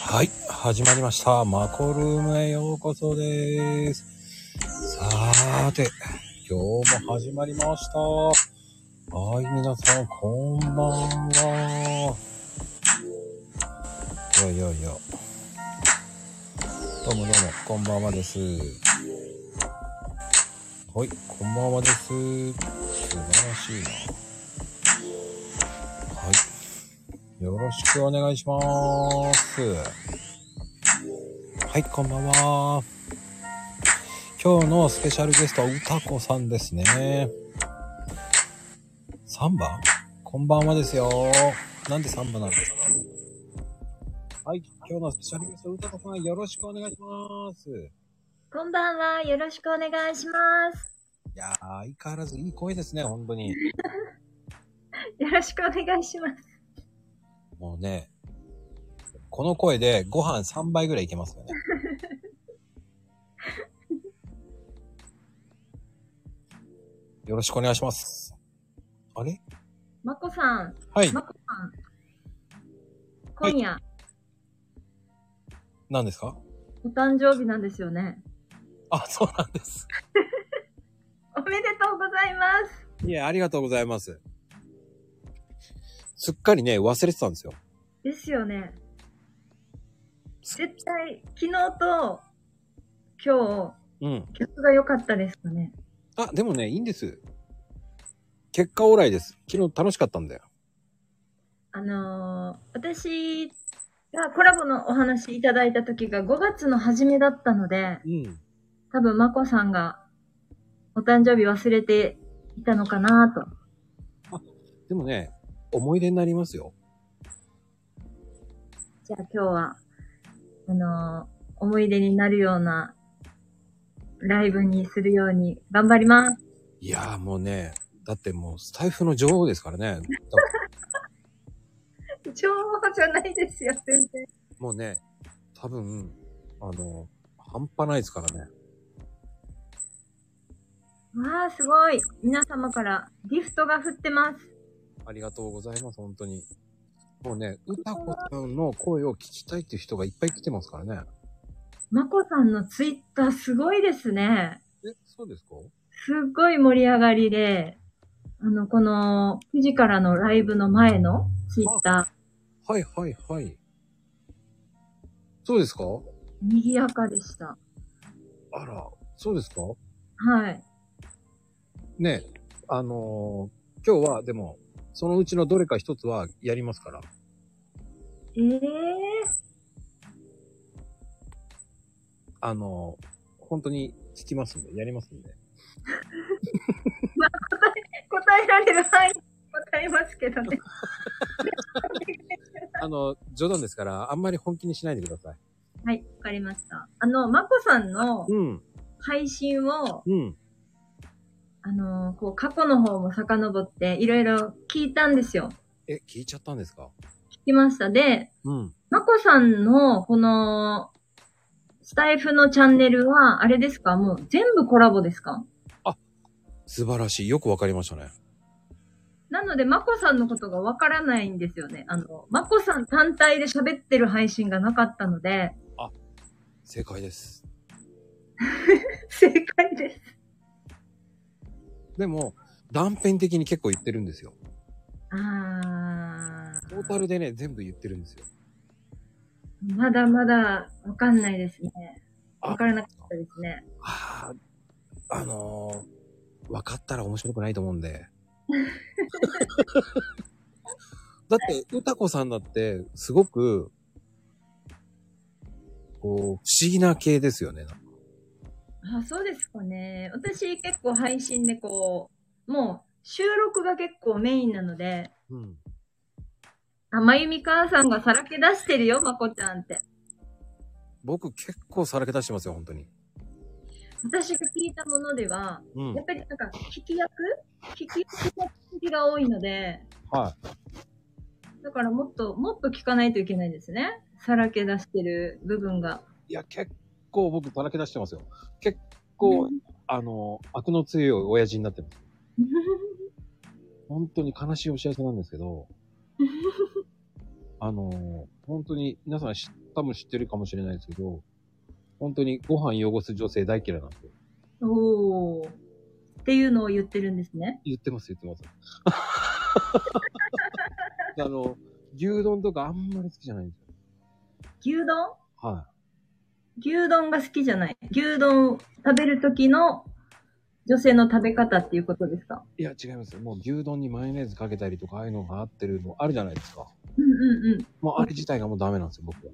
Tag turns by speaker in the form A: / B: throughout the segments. A: はい、始まりました。マコルームへようこそです。さーて、今日も始まりました。はい、皆さん、こんばんは。よいよいよ。どうもどうも、こんばんはです。はい、こんばんはです。素晴らしいな。はい。よろしくお願いします。はい、こんばんは。今日のスペシャルゲスト、うたこさんですね。3番こんばんはですよ。なんで3番なんですかはい、今日のスペシャルゲスト、うたこさん、よろしくお願いします。い
B: こんばんは。よろしくお願いします。
A: やー、相変わらずいい声ですね、本当に。
B: よろしくお願いします。
A: もうね、この声でご飯3杯ぐらいいけます よね。よろしくお願いします。あれ
B: まこさん、
A: はい
B: ま。こさん。今夜、
A: 何ですか
B: お誕生日なんですよね。
A: あ、そうなんです。
B: おめでとうございます。
A: いや、ありがとうございます。すっかりね、忘れてたんですよ。
B: ですよね。絶対、昨日と今
A: うん。
B: 日、曲が良かったですよね。
A: あ、でもね、いいんです。結果オーライです。昨日楽しかったんだよ。
B: あのー私がコラボのお話いただいた時が5月の初めだったので、
A: うん。
B: 多分まこさんがお誕生日忘れていたのかなと。
A: でもね、思い出になりますよ。
B: じゃあ今日は、あのー思い出になるようなライブにするように頑張ります。
A: いやーもうね、だってもうスタイフの女王ですからね。
B: 情報じゃないですよ、全然。
A: もうね、多分、あの、半端ないですからね。
B: わあ、すごい。皆様からギフトが降ってます。
A: ありがとうございます、本当に。もうね、歌子さんの声を聞きたいっていう人がいっぱい来てますからね。
B: まこさんのツイッターすごいですね。
A: え、そうですか
B: すっごい盛り上がりで、あの、この9時からのライブの前のツイッタ
A: はいはいはい。そうですか
B: ー、賑やかでした。
A: あら、そうですか
B: はい。
A: ね、あのー今日はでも、そのうちのどれか一つはやりますから。
B: ええ
A: あのー本当に聞きますんで、やりますんで。
B: 答えられる範囲に答えますけどね。
A: あの、冗談ですから、あんまり本気にしないでください。
B: はい、わかりました。あの、まこさんの
A: うん、
B: 配信を、
A: うん。
B: あのーこう、過去の方も遡って、いろいろ聞いたんですよ。
A: え、聞いちゃったんですか
B: 聞きました。で、
A: うん。
B: まこさんの、この、スタイフのチャンネルは、あれですかもう全部コラボですか
A: 素晴らしい。よくわかりましたね。
B: なので、まこさんのことがわからないんですよね。あの、まこさん単体で喋ってる配信がなかったので、
A: 正解です。
B: 正解です。
A: でも、断片的に結構言ってるんですよ。
B: あ
A: トータルでね、全部言ってるんですよ。
B: ー、まだまだわかんないですね。
A: あ
B: わからなかったですね。
A: あー、あのー、分かったら面白くないと思うんで。だって、歌子さんだって、すごく、こう、不思議な系ですよね。
B: あ、そうですかね。私結構配信でこう、もう収録が結構メインなので、
A: うん。
B: あ、まゆみ母さんがさらけ出してるよ、まこちゃんって。
A: 僕結構さらけ出してますよ、本当に。
B: 私が聞いたものでは、
A: うん
B: やっ。ぱりなんか聞き役聞き役の時が多いので、
A: は
B: だからもっと、もっと聞かないといけないですね。さらけ出してる部分が。
A: い。いや、結構僕さらけ出してますよ。結構、あの、悪の強い親父になってます。本当に 悲しいお知らせなんですけど、あの、本当に皆さん知っ多分知ってるかもしれないですけど、本当にご飯汚す女性大嫌いなんですよ。
B: おー。っていうのを言ってるんですね。
A: 言ってます、言って ます。であの、牛丼とかあんまり好きじゃないんですよ。
B: 牛丼
A: は
B: 牛丼が好きじゃない。牛丼食べる時の女性の食べ方っていうことですか
A: い。いや、違いますよ。もう牛丼にマヨネーズかけたりとか、ああいうのが合ってるのあるじゃないですか。
B: うんうんうん。
A: もうあれ自体がもうダメなんですよ、僕は。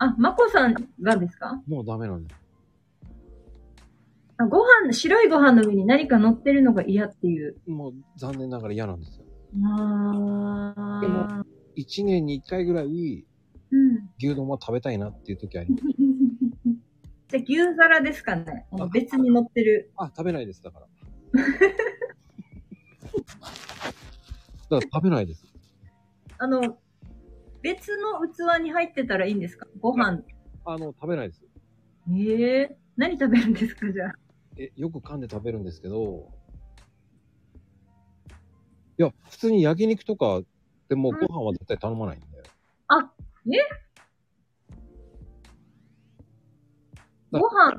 B: あ、まこさんがですか
A: もうダメなんです。
B: あご飯、白いご飯の上に何か乗ってるのが嫌っていう。
A: もう残念ながら嫌なんですよ。
B: あ
A: でも一年に一回ぐらい
B: うん。
A: 牛丼は食べたいなっていう時あります。
B: じゃあ牛皿ですかねあの別に乗ってる。
A: あ、食べないです、だから。だから食べないです。
B: あの、別の器に入ってたらいいんですかご飯。
A: あの、食べないです。
B: ええ何食べるんですかじゃあ。
A: え、よく噛んで食べるんですけど、いや、普通に焼肉とかでもご飯は絶対頼まないんだよ。
B: ご飯が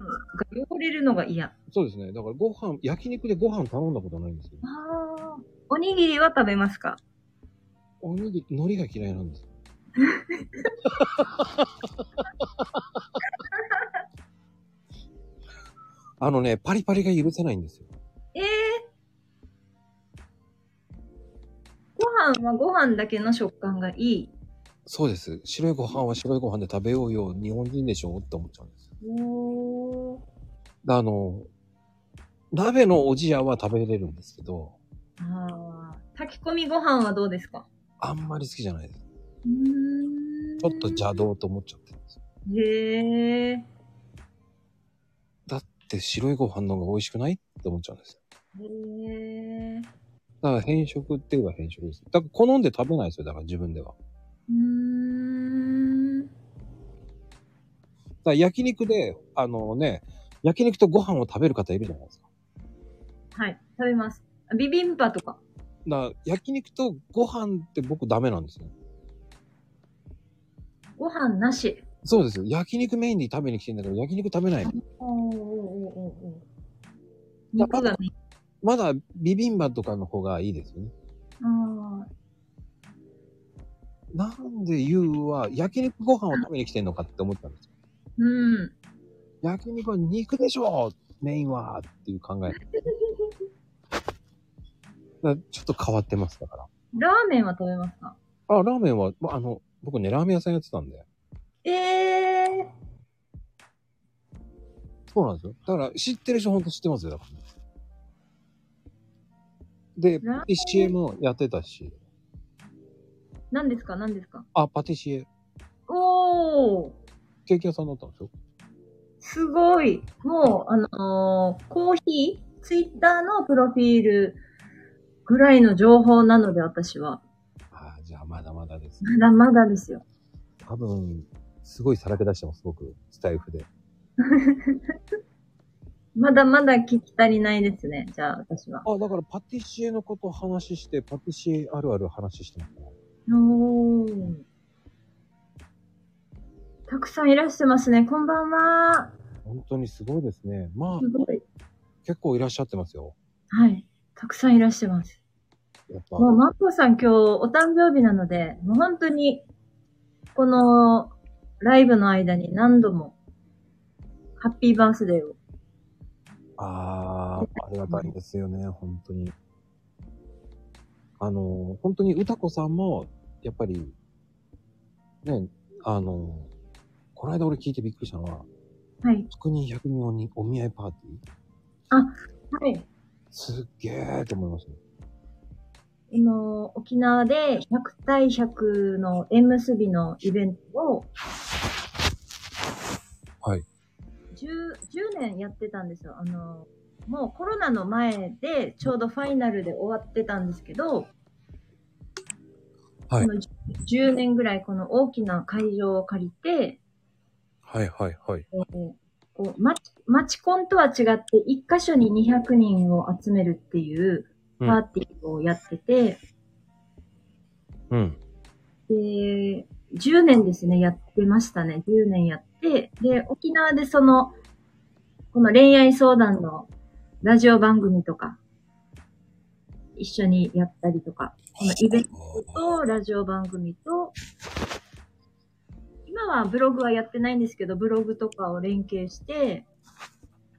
B: 汚れるのが嫌。あ
A: そうですね。だからご飯、焼肉でご飯頼んだことないんですよ。
B: あ。おにぎりは食べますか
A: おにぎり、海苔が嫌いなんですよ。あのね、パリパリが許せないんですよ。
B: ええご飯はご飯だけの食感がいい。
A: そうです。白いご飯は白いご飯で食べようよ。日本人でしょって思っちゃうんです。
B: おー。
A: あの、鍋のおじやは食べれるんですけど、
B: ああ。炊き込みご飯はどうですか
A: あんまり好きじゃないです。
B: うーん
A: ちょっと邪道と思っちゃってるんですよ。
B: へえ。
A: だって白いご飯の方が美味しくないって思っちゃうんですよ。
B: へえ。
A: だから変色って言えば変色です。だから好んで食べないですよ。だから自分では。
B: うーん。
A: だから焼肉で、あのね、焼肉とご飯を食べる方いるじゃないですか。
B: はい。食べます。あビビンバとか。
A: だから焼肉とご飯って僕ダメなんですよ。
B: ご飯なし。
A: そうですよ。焼肉メインで食べに来てんだけど、焼肉食べない。
B: おおおお肉がね。
A: まだビビンバとかの方がいいですよね。
B: ああ。
A: なんでユウは焼肉ご飯を食べに来てんのかって思ったんですよ。
B: うん。
A: 焼肉は肉でしょメインはっていう考え。だからちょっと変わってますだから。
B: ラーメンは食べますか
A: あ、ラーメンは、まあ、あの、僕ね、ラーメン屋さんやってたんで。
B: ええ
A: そうなんですよ。だから、知ってる人ほんと知ってますよ。だからねで、
B: ラーメン
A: パティシエもやってたし。
B: 何ですか何ですか
A: あ、パティシエ。
B: おお
A: ケーキ屋さんだったんですよ。
B: すごい。もう、あのーコーヒーツイッターのプロフィールぐらいの情報なので、私は。
A: ああ、じゃあまだまだです。
B: まだまだですよ。
A: 多分、すごいさらけ出してます、僕。スタイフで。
B: まだまだ聞き足りないですね。じゃあ、私は。
A: あ、だからパティシエのことを話して、パティシエあるある話してますね。
B: おー。たくさんいらしてますね。こんばんは。
A: 本当にすごいですね。まあ
B: す、ごい。
A: 結構いらっしゃってますよ。
B: はい。たくさんいらしてます。
A: やっぱ。
B: もう、マッコさん今日お誕生日なので、もう本当に、このライブの間に何度も、ハッピーバースデーを。
A: ああ、ありがたいですよね、本当に。あの、本当に歌子さんも、やっぱり、ね、あの、この間俺聞いてびっくりしたのは、
B: はい。
A: 100人100人おにお見合いパーティー
B: はい。
A: すっげーと思いましたね。
B: 今、沖縄で100対100の縁結びのイベントを、
A: はい。
B: 10, 10年やってたんですよ。あの、もうコロナの前でちょうどファイナルで終わってたんですけど、
A: はい
B: この10年ぐらいこの大きな会場を借りて、
A: はいはいはい。
B: えーこう町町コンとは違って一箇所に200人を集めるっていうパーティーをやってて、
A: うん。
B: で、 10年ですね、やってましたね。10年やって、で、沖縄でその、この恋愛相談のラジオ番組とか、一緒にやったりとか、このイベントとラジオ番組と、今はブログはやってないんですけど、ブログとかを連携して、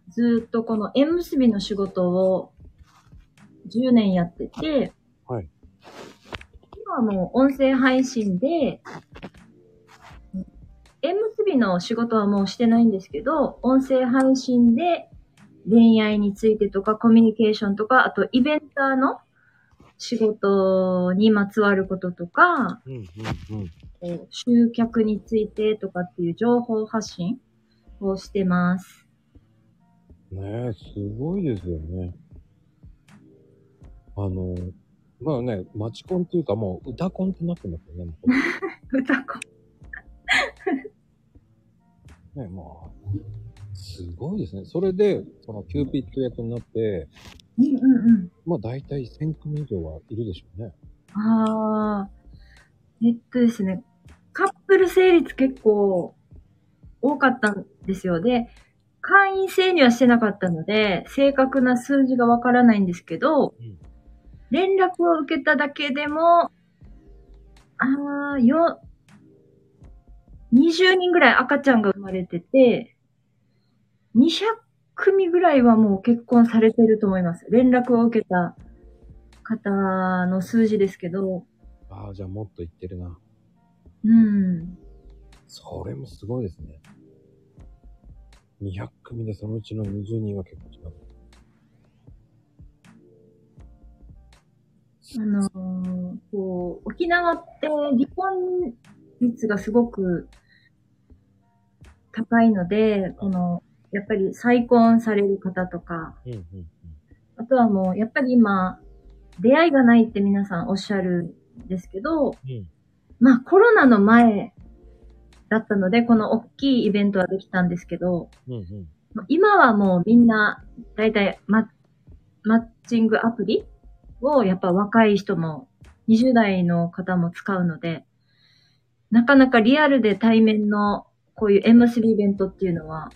B: ずーっとこの縁結びの仕事を10年やってて、
A: はい
B: 今はもう音声配信で、縁結びの仕事はもうしてないんですけど、音声配信で恋愛についてとかコミュニケーションとか、あとイベンターの仕事にまつわることとか、
A: うんうんうん。
B: えー集客についてとかっていう情報発信をしてます。
A: ねえ、すごいですよね。あの、まあね、マチコンっていうかもう歌コンってなってますよね。も
B: 歌子。
A: うねまあ、すごいですね。それで、そのキューピット役になって、
B: うんうん
A: まあ大体1000組以上はいるでしょうね。
B: うん。ああ。えっとですね、カップル成立結構多かったんですよ。で、会員制にはしてなかったので、正確な数字がわからないんですけど、
A: うん
B: 連絡を受けただけでも、ああ、よ、20人ぐらい赤ちゃんが生まれてて、200組ぐらいはもう結婚されてると思います。連絡を受けた方の数字ですけど、
A: ああ、じゃあもっといってるな。
B: うん。
A: それもすごいですね。200組でそのうちの20人は結構違う。
B: あのーこう、沖縄って離婚率がすごく高いので、この、やっぱり再婚される方とか、
A: うんうんうん。
B: あとはもう、やっぱり今、出会いがないって皆さんおっしゃるんですけど、
A: うん。
B: まあコロナの前だったので、この大きいイベントはできたんですけど、
A: うんうん。
B: 今はもうみんな、だいたいマッマッチングアプリをやっぱ若い人も、20代の方も使うので、なかなかリアルで対面のこういう M3 イベントっていうのは、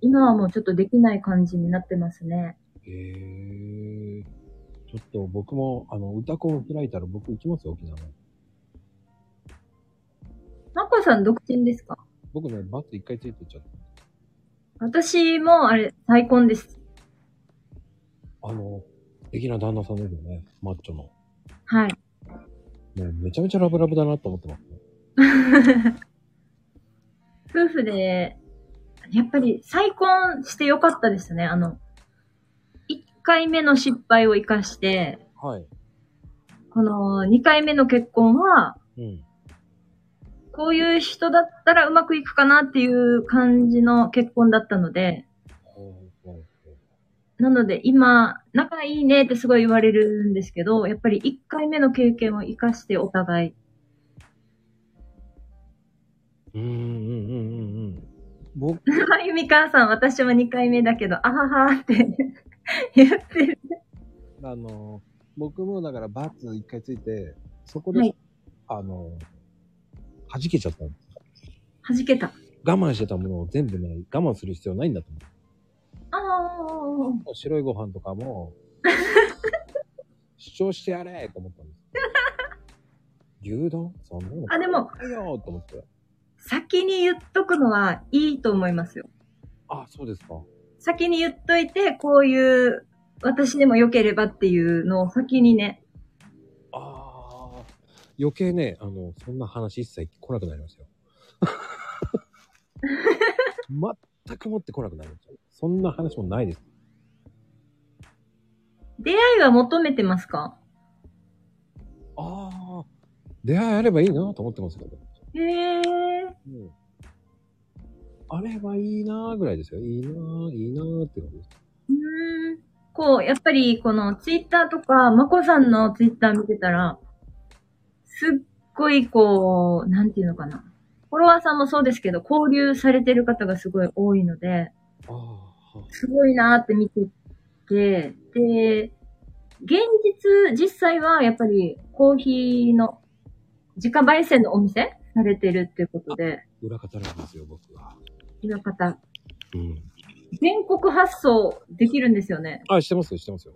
B: 今はもうちょっとできない感じになってますね。
A: へえー。ちょっと僕も、あの、歌コンを開いたら僕行きますよ、沖縄。
B: マコさん独身ですか
A: 僕ね、バツ一回ついてっちゃった。
B: 私もあれ、再婚です。
A: あの、素敵な旦那さんですよね、マッチョの。
B: はい。
A: ね、めちゃめちゃラブラブだなと思ってます、ね。
B: 夫婦で、やっぱり再婚してよかったですね。あの、1回目の失敗を生かして、
A: はい。
B: この2回目の結婚は、
A: うん。
B: こういう人だったらうまくいくかなっていう感じの結婚だったので、
A: ほうほうほう
B: なので今、仲いいねってすごい言われるんですけど、やっぱり1回目の経験を生かしてお互い。
A: うんうんうんうんうん。僕、
B: はい、みかんさん、私は2回目だけど、あははって言ってる。
A: あの、僕もだからバツ一回ついて、そこで、
B: はい
A: あの、弾けちゃったんです。
B: 弾けた。
A: 我慢してたものを全部ね、我慢する必要ないんだと思
B: ああ。
A: う。白いご飯とかも、主張してやれと思ったんです。牛丼そんなの
B: あ、でも、
A: いいよと思って。
B: 先に言っとくのはいいと思いますよ。
A: あ、そうですか。
B: 先に言っといて、こういう、私でも良ければっていうのを先にね。
A: ああ。余計ね、あの、そんな話一切来なくなりました よ。全く持って来なくなりましたよ。そんな話もないです。
B: 出会いは求めてますか
A: ああ。出会いあればいいなと思ってますけど。
B: へえ。
A: うん。あればいいなーぐらいですよ。いいなー、いいなーって感じです。
B: うーん。こう、やっぱりこのツイッターとか、まこさんのツイッター見てたら、すっごいこう、なんていうのかな。フォロワーさんもそうですけど、交流されてる方がすごい多いので、
A: ああ。
B: すごいなーって見てて、で、現実、実際はやっぱりコーヒーの自家焙煎のお店されてるっていうことで、
A: 裏方なんですよ、僕は。
B: 裏方、
A: うん。
B: 全国発送できるんですよね。
A: あ、してますよ、してますよ。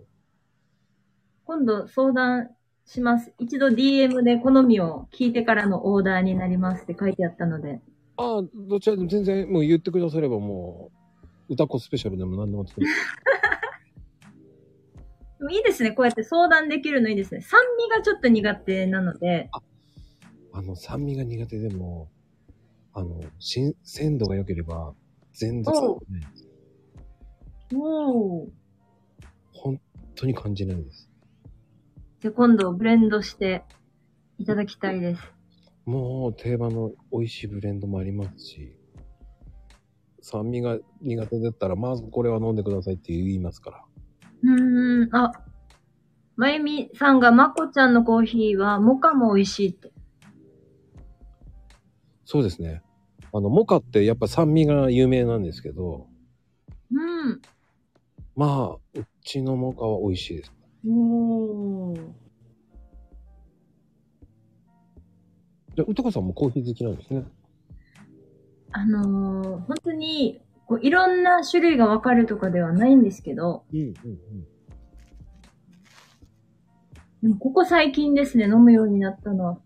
B: 今度相談します。一度 DM で好みを聞いてからのオーダーになりますって書いてあったので。
A: あ、どちらでも全然、もう言ってくださればもう、歌子スペシャルでも何でも作る。
B: でもいいですね。こうやって相談できるのいいですね。酸味がちょっと苦手なので、
A: あの、酸味が苦手でも、あの、新鮮度が良ければ、全然、ね、
B: お
A: 本
B: うおー
A: 当に感じないです。
B: じゃあ今度ブレンドしていただきたいです。
A: もう定番の美味しいブレンドもありますし、酸味が苦手だったら、まずこれは飲んでくださいって言いますから。
B: うーん、あ、まゆみさんがまこちゃんのコーヒーはモカも美味しいって。
A: そうですね。あの、モカってやっぱ酸味が有名なんですけど、
B: うん。
A: まあ、うちのモカは美味しいです。
B: お
A: で、うとこさんもコーヒー好きなんですね。
B: あのー本当にこういろんな種類がわかるとかではないんですけど、
A: うんうん
B: でもここ最近ですね、飲むようになったのは。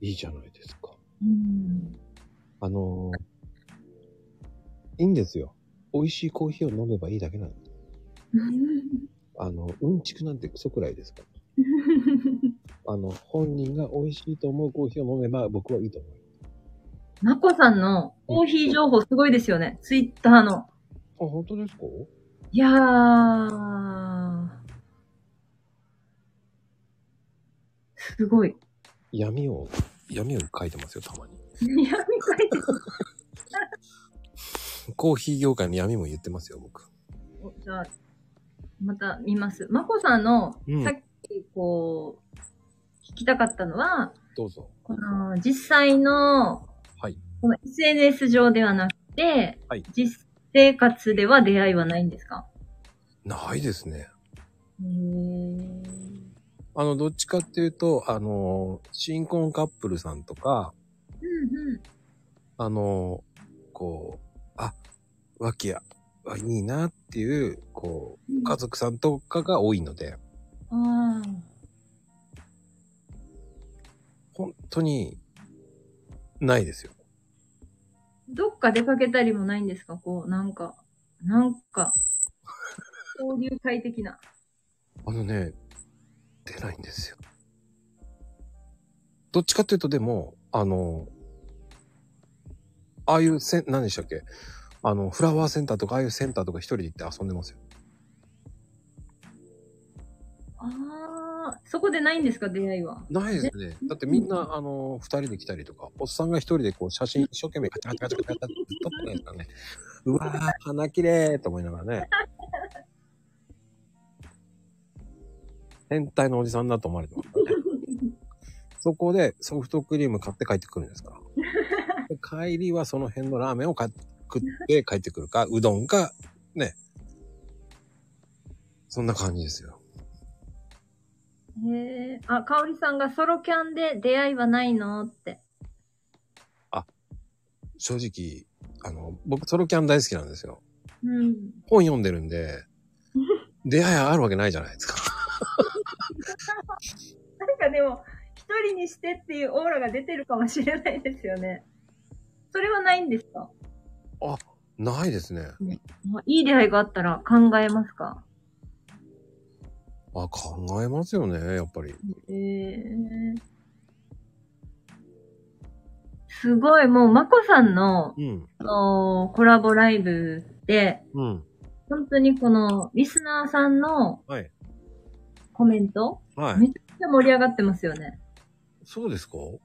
A: いいじゃないですか。
B: うん。
A: あのーいいんですよ。美味しいコーヒーを飲めばいいだけなんです。あの、うんちくなんてクソくらいですから。あの、本人が美味しいと思うコーヒーを飲めば僕はいいと思います。
B: まこさんのコーヒー情報すごいですよね。ツイッターの。
A: あ、本当ですか
B: いやー。すごい。
A: 闇を、闇を書いてますよ、たまに。
B: 闇書いてる
A: コーヒー業界の闇も言ってますよ、僕。
B: おじゃあ、また見ます。まこさんの、
A: うん
B: さっきこう、聞きたかったのは、
A: どうぞ。
B: この実際の、
A: はい
B: この SNS 上ではなくて、
A: はい
B: 実生活では出会いはないんですか
A: ないですね。
B: へー
A: あの、どっちかっていうと、あのー、新婚カップルさんとか、
B: うん
A: あのー、こう、あ、和気や、あいいなっていう、こ
B: うん。
A: う、家族さんとかが多いので、
B: ああ。
A: 本当に、ないですよ。
B: どっか出かけたりもないんですかこう、なんか、なん か、交流会的な。
A: あのね、出ないんですよ。どっちかっていうとでも、あの、ああいうセン、何でしたっけあの、フラワーセンターとか、ああいうセンターとか一人で行って遊んでますよ。
B: ああ、そこでないんですか出会いは。
A: ないですね。だってみんな、あの、二人で来たりとか、おっさんが一人でこう、写真一生懸命カチャカチャカチャカチャって撮ってないですからね。うわー、花綺麗と思いながらね。変態のおじさんだと思われてますからね。そこでソフトクリーム買って帰ってくるんですから。で帰りはその辺のラーメンを買って食って帰ってくるか、うどんか、ね。そんな感じですよ。
B: へえ。あ、かおりさんがソロキャンで出会いはないのって。
A: 正直、あの、僕ソロキャン大好きなんですよ。
B: うん。
A: 本読んでるんで、出会いあるわけないじゃないですか。
B: なんかでも、一人にしてっていうオーラが出てるかもしれないですよね。それはないんですか
A: ないですね。
B: まあいい出会いがあったら考えますか
A: あ、考えますよね、やっぱり。
B: へえ。すごい、もう、まこさんの、
A: うん。
B: あのーコラボライブで、
A: うん。
B: 本当にこの、リスナーさんの
A: はい。
B: コメント、
A: は
B: め
A: い。
B: っちゃ盛り上がってますよね。
A: そうですかも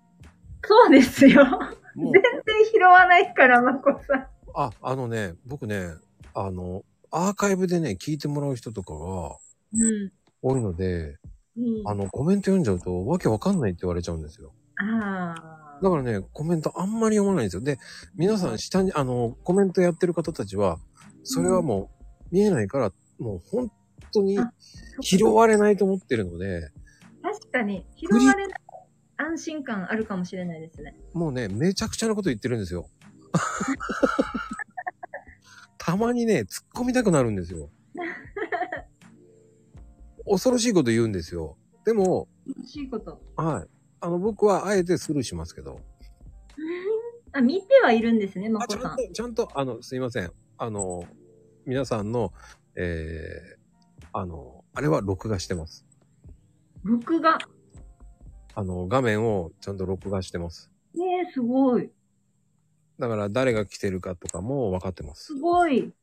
B: そうですよ。
A: う、
B: 全然拾わないから、まこさん。
A: あ、あのね、僕ね、あの、アーカイブでね、聞いてもらう人とかが
B: うん。
A: 多いので、
B: うん、
A: あ
B: あ
A: の、コメント読んじゃうと、わけわかんないって言われちゃうんですよ。
B: あ
A: だからね、コメントあんまり読まないんですよ。で、皆さん下に、あの、コメントやってる方たちは、それはもう見えないから、もう本当に拾われないと思ってるので、
B: 確かに、拾われない。安心感あるかもしれないですね。
A: もうね、めちゃくちゃなこと言ってるんですよ。たまにね、突っ込みたくなるんですよ。恐ろしいこと言うんですよ。でも、
B: 楽しいこと。
A: はい。あの、僕はあえてスルーしますけど。
B: あ、見てはいるんですね、ま
A: あ、ち
B: こ
A: ゃ
B: さ
A: ん
B: ん。
A: と、ちゃんと、あの、すいません。あの、皆さんの、えー、あの、あれは録画してます。
B: 録画。
A: あの、画面をちゃんと録画してます。
B: ねえ、すごい。
A: だから誰が来てるかとかも分かってます
B: す。ごい。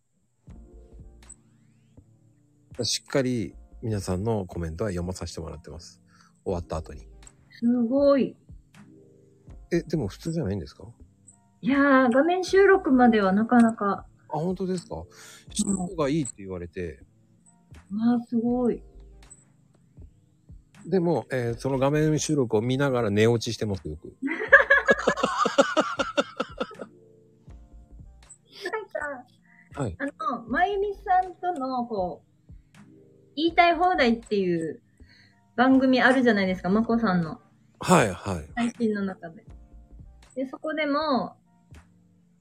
A: しっかり皆さんのコメントは読まさせてもらってます。終わった後に。
B: すごい。
A: え、でも普通じゃないんですかあ、
B: いやー、画面収録まではなかなか。
A: 本当ですか質問がいいって言われて、
B: わあ、すごい。
A: でも、えーその画面収録を見ながら寝落ちしてます、よく。
B: なんか、
A: はい
B: あの、まゆみさんとの、こう、言いたい放題っていう番組あるじゃないですか、まこさんの
A: はい、はい。
B: 配信の中で。で、そこでも、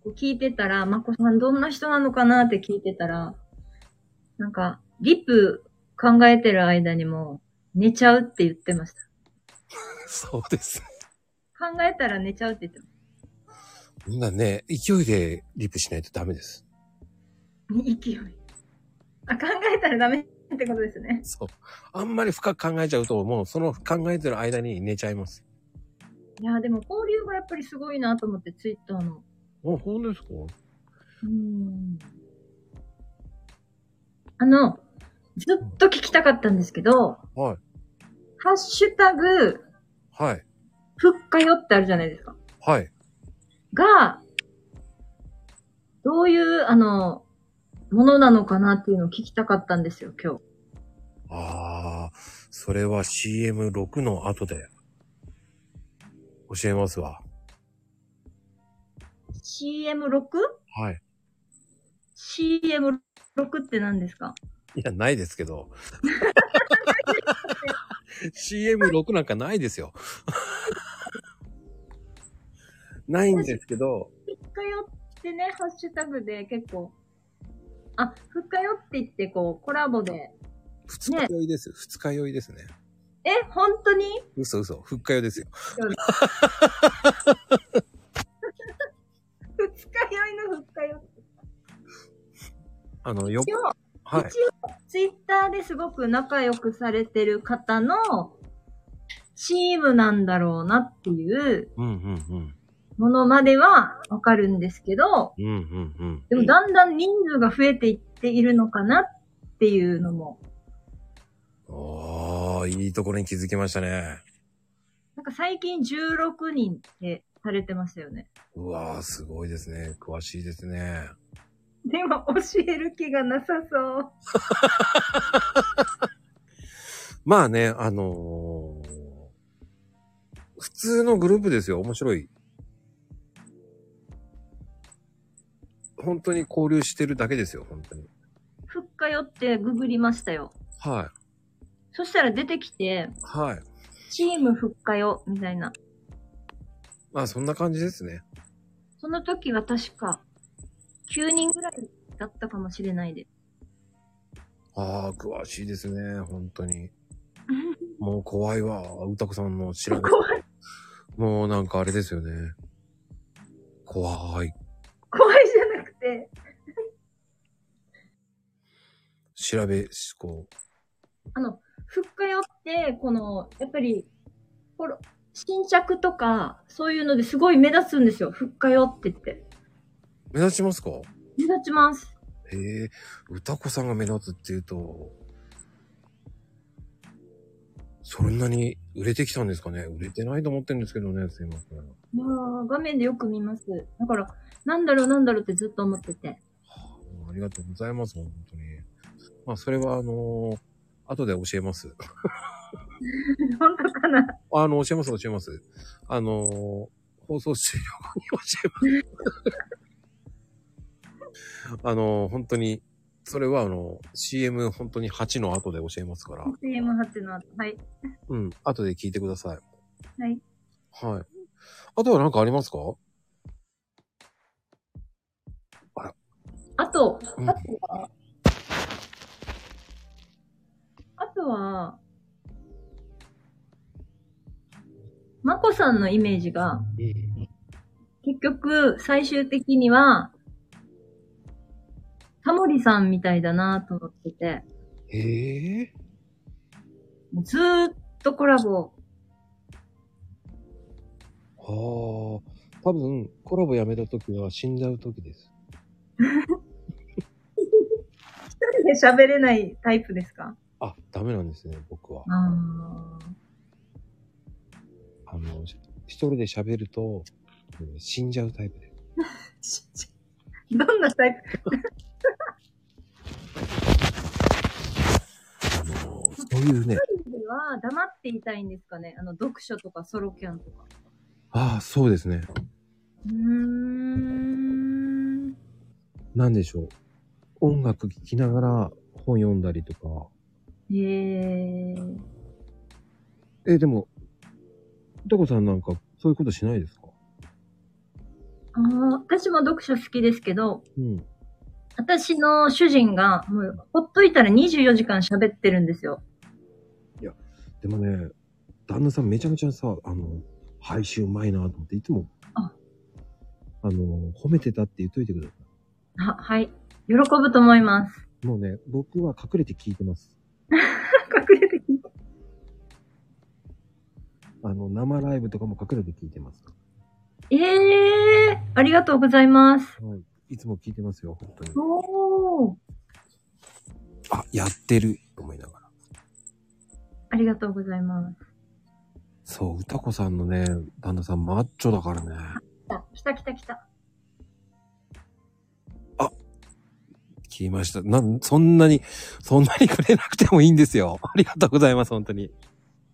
B: こう聞いてたら、まこさんどんな人なのかなって聞いてたら、なんか、リップ考えてる間にも、寝ちゃうって言ってました。
A: そうです。
B: 考えたら寝ちゃうって言ってまし
A: みんなね、勢いでリップしないとダメです。
B: た。勢い。あ、考えたらダメってことですね。
A: そう。あんまり深く考えちゃうと、もうその考えてる間に寝ちゃいます。
B: いやーでも交流がやっぱりすごいなと思って、ツイッターの。
A: あ、本当ですか
B: うん。あの、ずっと聞きたかったんですけど、
A: はい。
B: ハッシュタグ、
A: はい。
B: ふっかよってあるじゃないですか。
A: はい。
B: が、どういう、あの、ものなのかなっていうのを聞きたかったんですよ、今日。
A: ああ、それは CM6 の後で教えますわ。
B: CM6?CM6
A: はい。
B: って何ですか
A: いや、ないですけ ど。CM6 なんかないですよ。 ないんですけど、
B: ふっかよってね、ハッシュタグで結構、あ、ふっかよって言って、こう、コラボで、
A: 二日酔いです。二日酔いですね。
B: え、本当に
A: 嘘嘘。二日酔いですよ。
B: 二日酔いの二日酔い。
A: あの、よ
B: 一応、
A: はい。
B: 一応、ツイッターですごく仲良くされてる方のチームなんだろうなっていう
A: うんうんうん。
B: ものまではわかるんですけど、
A: うんうんうん。
B: でもだんだん人数が増えていっているのかなっていうのも、
A: おー、いいところに気づきましたね。
B: なんか最近16人ってされてましたよね。
A: うわー、すごいですね。詳しいですね。
B: でも教える気がなさそう。
A: まあね、あのー普通のグループですよ。面白い。本当に交流してるだけですよ、本当に。
B: ふっかよってググりましたよ。
A: は
B: そしたら出てきて、
A: い。はい。
B: チームふっかよみたいな。
A: まあ、そんな感じですね。
B: その時は確か9人ぐらいだったかもしれないです。
A: ああ、詳しいですね、本当に。もう怖いわ。うたこさんの知らない。
B: 怖い。
A: もうなんかあれですよね。怖い。
B: 怖いじゃなくて、
A: 調べ、しこう。
B: あの、ふっかよって、この、やっぱり、ほら、新着とか、そういうのですごい目立つんですよ。ふっかよって言って。
A: 目立ちますか
B: 目立ちます。
A: へえ、歌子さんが目立つっていうと、そんなに売れてきたんですかね売れてないと思ってるんですけどね、すいません。
B: いやー画面でよく見ます。だから、なんだろうなんだろうってずっと思ってて。
A: ありがとうございます、本当に。まあ、それは、あのー後で教えます。
B: 本当かな
A: あの、教えます、教えます。あのー放送終了後に教えます。あのー本当に、それはあの、CM 本当に8の後で教えますから、
B: ?CM8 の後。はい。
A: うん、後で聞いてください。
B: はい。
A: はい。あとは何かありますか
B: あと、
A: うん
B: あとは、あとは、まこさんのイメージが、
A: うん。
B: 結局、最終的には、タモリさんみたいだなと思ってて、
A: ええ
B: もうずーっとコラボ、
A: ああ。多分、コラボやめた時は死んじゃう時です。
B: 一人で喋れないタイプですか
A: あ、ダメなんですね、僕は。
B: あー
A: あの、し一人で喋ると、うん死んじゃうタイプです。
B: どんなタイプ
A: あの、そういうね、
B: 一人では黙っていたいんですかねあの、読書とかソロキャンとか。
A: ああ、そうですね。
B: うーん。
A: なんでしょう。音楽聴きながら本読んだりとか。
B: へえー。
A: え、でも、タコさんなんかそういうことしないですか
B: あー私も読書好きですけど、
A: うん。
B: 私の主人が、もう、ほっといたら24時間喋ってるんですよ。
A: でもね、旦那さんめちゃめちゃさ、あの、配信うまいなと思って、いつも、
B: あ
A: あの、褒めてたって言っといてくださ
B: あ、はい。喜ぶと思います。
A: い。もうね、僕は隠れて聞いてます。
B: 隠れて聞いて。
A: あの、生ライブとかも隠れて聞いてます。
B: ええー、ありがとうございます。
A: はい。いつも聞いてますよ、本当に。
B: おー、
A: あ、やってると思いながら。
B: ありがとうございます。
A: そう、歌子さんのね、旦那さんマッチョだからね。
B: あ、来た来た来た。
A: 聞きました。なん、そんなに、そんなにくれなくてもいいんですよ。ありがとうございます、本当に。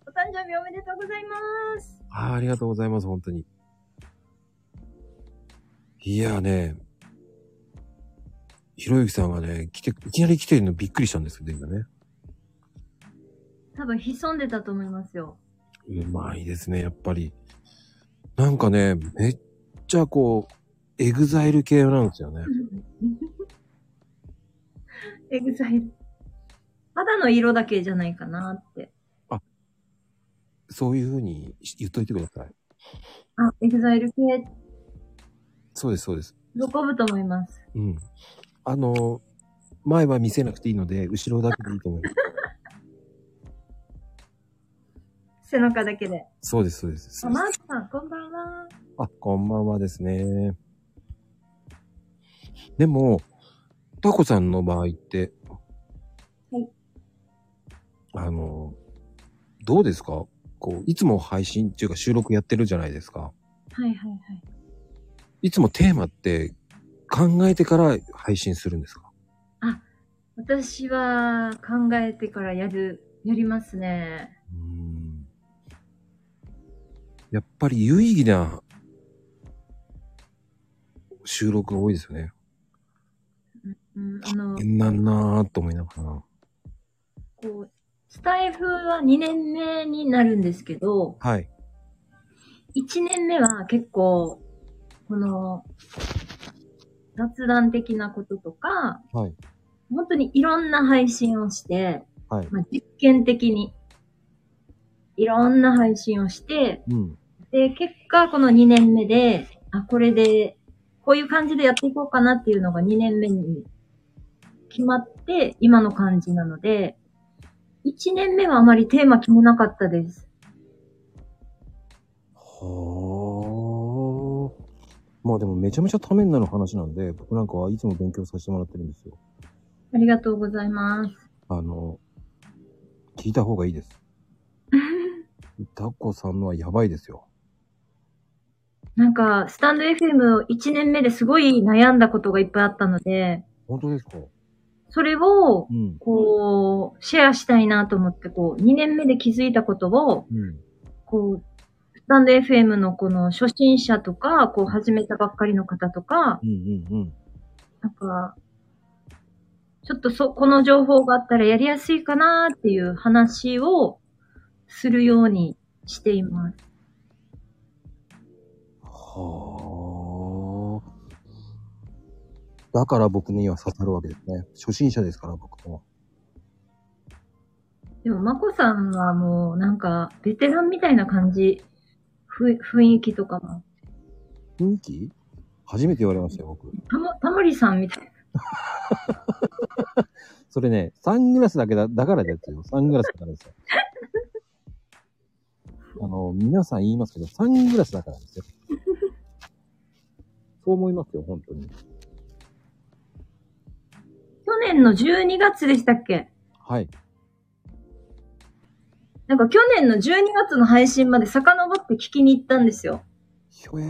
B: お誕生日おめでとうございます。
A: あーありがとうございます、本当に。いやーね、ひろゆきさんがね、来て、いきなり来てるのびっくりしたんですけど、今ね。
B: 多分潜んでたと思いますよ。
A: うまいですね、やっぱり。なんかね、めっちゃこう、エグザイル系なんですよね。
B: エグザイル。肌の色だけじゃないかなって。
A: そういうふうに言っといてください。
B: あ、エグザイル系、
A: そうです、そうです。
B: 喜ぶと思います。
A: うん。あの、前は見せなくていいので、後ろだけでいいと思います。
B: 背中だけで。
A: そうです、そうです
B: あ、。マークさん、こんばんは。
A: あ、こんばんはですね。でも、タコさんの場合って、
B: はい
A: あの、どうですかこう、いつも配信っていうか収録やってるじゃないですか。
B: はいはいはい。
A: いつもテーマって考えてから配信するんですか
B: 私は考えてからやる、やりますね。
A: うーん。やっぱり有意義な収録が多いですよね。
B: うん、あの、
A: 変なんなーと思いながら。
B: こう、スタイフは2年目になるんですけど、
A: はい。
B: 1年目は結構、この、雑談的なこととか、
A: はい。
B: 本当にいろんな配信をして、
A: はい
B: まあ、実験的に、いろんな配信をして、
A: うん。
B: で、結果、この2年目で、あ、これで、こういう感じでやっていこうかなっていうのが2年目に決まって、今の感じなので、1年目はあまりテーマ決めなかったです。
A: はあ。まあでもめちゃめちゃためになる話なんで、僕なんかはいつも勉強させてもらってるんですよ。
B: ありがとうございます。
A: あの、聞いた方がいいです。タコさんのはやばいですよ。
B: なんか、スタンド FM を1年目ですごい悩んだことがいっぱいあったので、
A: 本当ですか
B: それを
A: う、ん。
B: こう、シェアしたいなと思って、こう、2年目で気づいたことを、
A: うん。
B: こう、スタンド FM のこの初心者とか、こう、始めたばっかりの方とか、
A: うんうんうん。
B: なんか、ちょっとそ、この情報があったらやりやすいかなっていう話をするようにしています。
A: はあ。だから僕には刺さるわけですね。初心者ですから僕も。
B: でも、まこさんはもう、なんか、ベテランみたいな感じ、ふ雰囲気とかも。
A: 雰囲気初めて言われましたよ、僕。
B: タモ、タモリさんみたい。
A: それね、サングラスだけだ、だからですよ。サングラスだからですよ。あの、皆さん言いますけど、サングラスだからですよ。そう思いますよ、本当に。
B: 去年の12月でしたっけ
A: はい。
B: なんか去年の12月の配信まで遡って聞きに行ったんですよ。
A: ひょえー。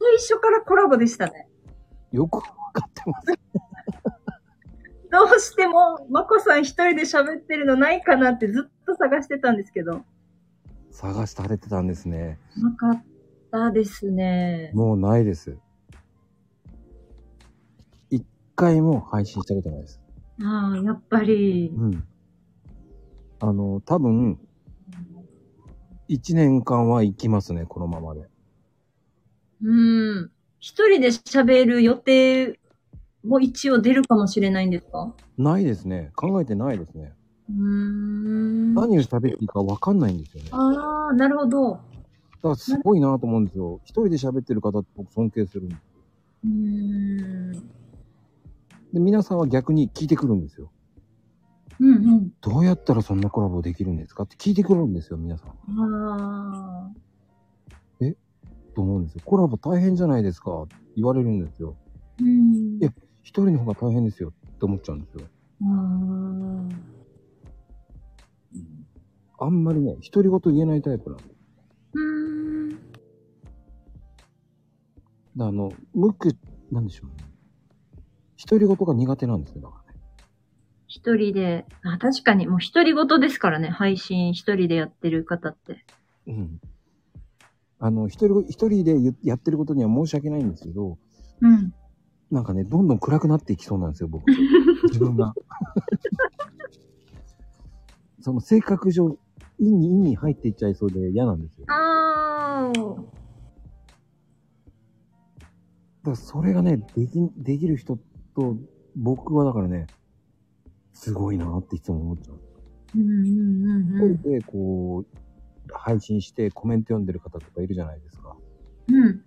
B: 最初からコラボでしたね。
A: よくわかってます。
B: どうしても、まこさん一人で喋ってるのないかなってずっと探してたんですけど。
A: 探されてたんですね。
B: なかったですね。
A: もうないです。一回も配信したことないです。
B: ああ、やっぱり。
A: うん。あの、多分、一年間は行きますね、このままで。
B: うん。一人で喋る予定も一応出るかもしれないんですか
A: ないですね。考えてないですね。
B: うーん。
A: 何を喋っていいかわかんないんですよね。だか
B: ああ、なるほど。
A: らすごいなと思うんですよ。一人で喋ってる方って僕尊敬するんで
B: うーん。
A: で、皆さんは逆に聞いてくるんですよ。
B: うん
A: どうやったらそんなコラボできるんですかって聞いてくるんですよ、皆さん。
B: うん。ああ。
A: と思うんですよ。コラボ大変じゃないですかって言われるんですよ。
B: うん。
A: え一人の方が大変ですよって思っちゃうんですよ。
B: ああ。
A: あんまりね、独り言言えないタイプなんで。
B: うーん。
A: あの、無く、なんでしょうね。独り言が苦手なんですよ、だからね。
B: 一人で、あ、確かに、もう一人ごとですからね、配信一人でやってる方って。
A: うん。あの、一人、一人で言やってることには申し訳ないんですけど、
B: うん。
A: なんかね、どんどん暗くなっていきそうなんですよ、 僕。自分が。 その性格上、陰に陰に入っていっちゃいそうで嫌なんですよ。だ
B: ああ。
A: からそれがね、でき、できる人と、僕はだからね、すごいなっていつも思っちゃう。
B: うんうんうんう
A: 一
B: ん。
A: 人でこう、配信してコメント読んでる方とかいるじゃないですか。
B: うん。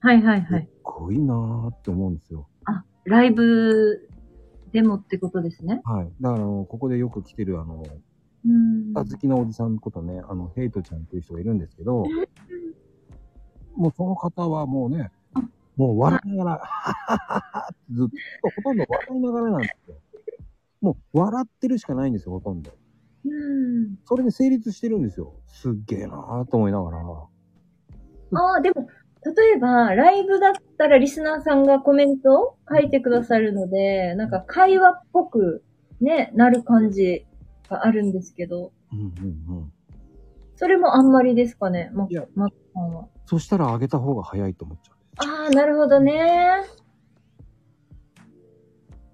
B: はいはいは
A: すっ
B: い。
A: ごいなーって思うんですよ。
B: ライブでもってことですね。
A: はい。だからあの、ここでよく来てるあの、
B: うん。
A: あずきのおじさんことね、あの、ヘイトちゃんっていう人がいるんですけど、もうその方はもうね、もう笑いながら、 ずっとほとんど笑いながらなんですよ。もう笑ってるしかないんですよ、ほとんど。
B: うん。
A: それで成立してるんですよ。すっげえなーと思いながら。
B: ああ、でも、例えば、ライブだったらリスナーさんがコメントを書いてくださるので、なんか会話っぽく、ね、なる感じがあるんですけど、
A: うんうんうん。
B: それもあんまりですかね、ま
A: いや、
B: マックさんは。
A: そしたら上げた方が早いと思っちゃうんです。
B: ああ、なるほどね。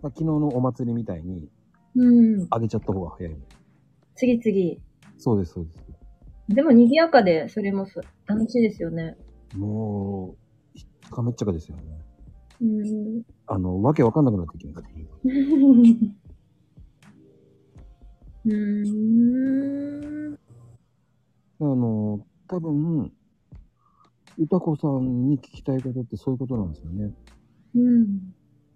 A: まあ、昨日のお祭りみたいに、
B: うん。
A: あげちゃった方が早い。
B: 次々。
A: そうです、そうです。
B: でも賑やかで、それもそ楽しいですよね。
A: もう、ひっかめっちゃかですよね。
B: うん。
A: あの、わけわかんなくなってきました。
B: うーん。
A: あの、多分、歌子さんに聞きたいことってそういうことなんですよね。
B: うん。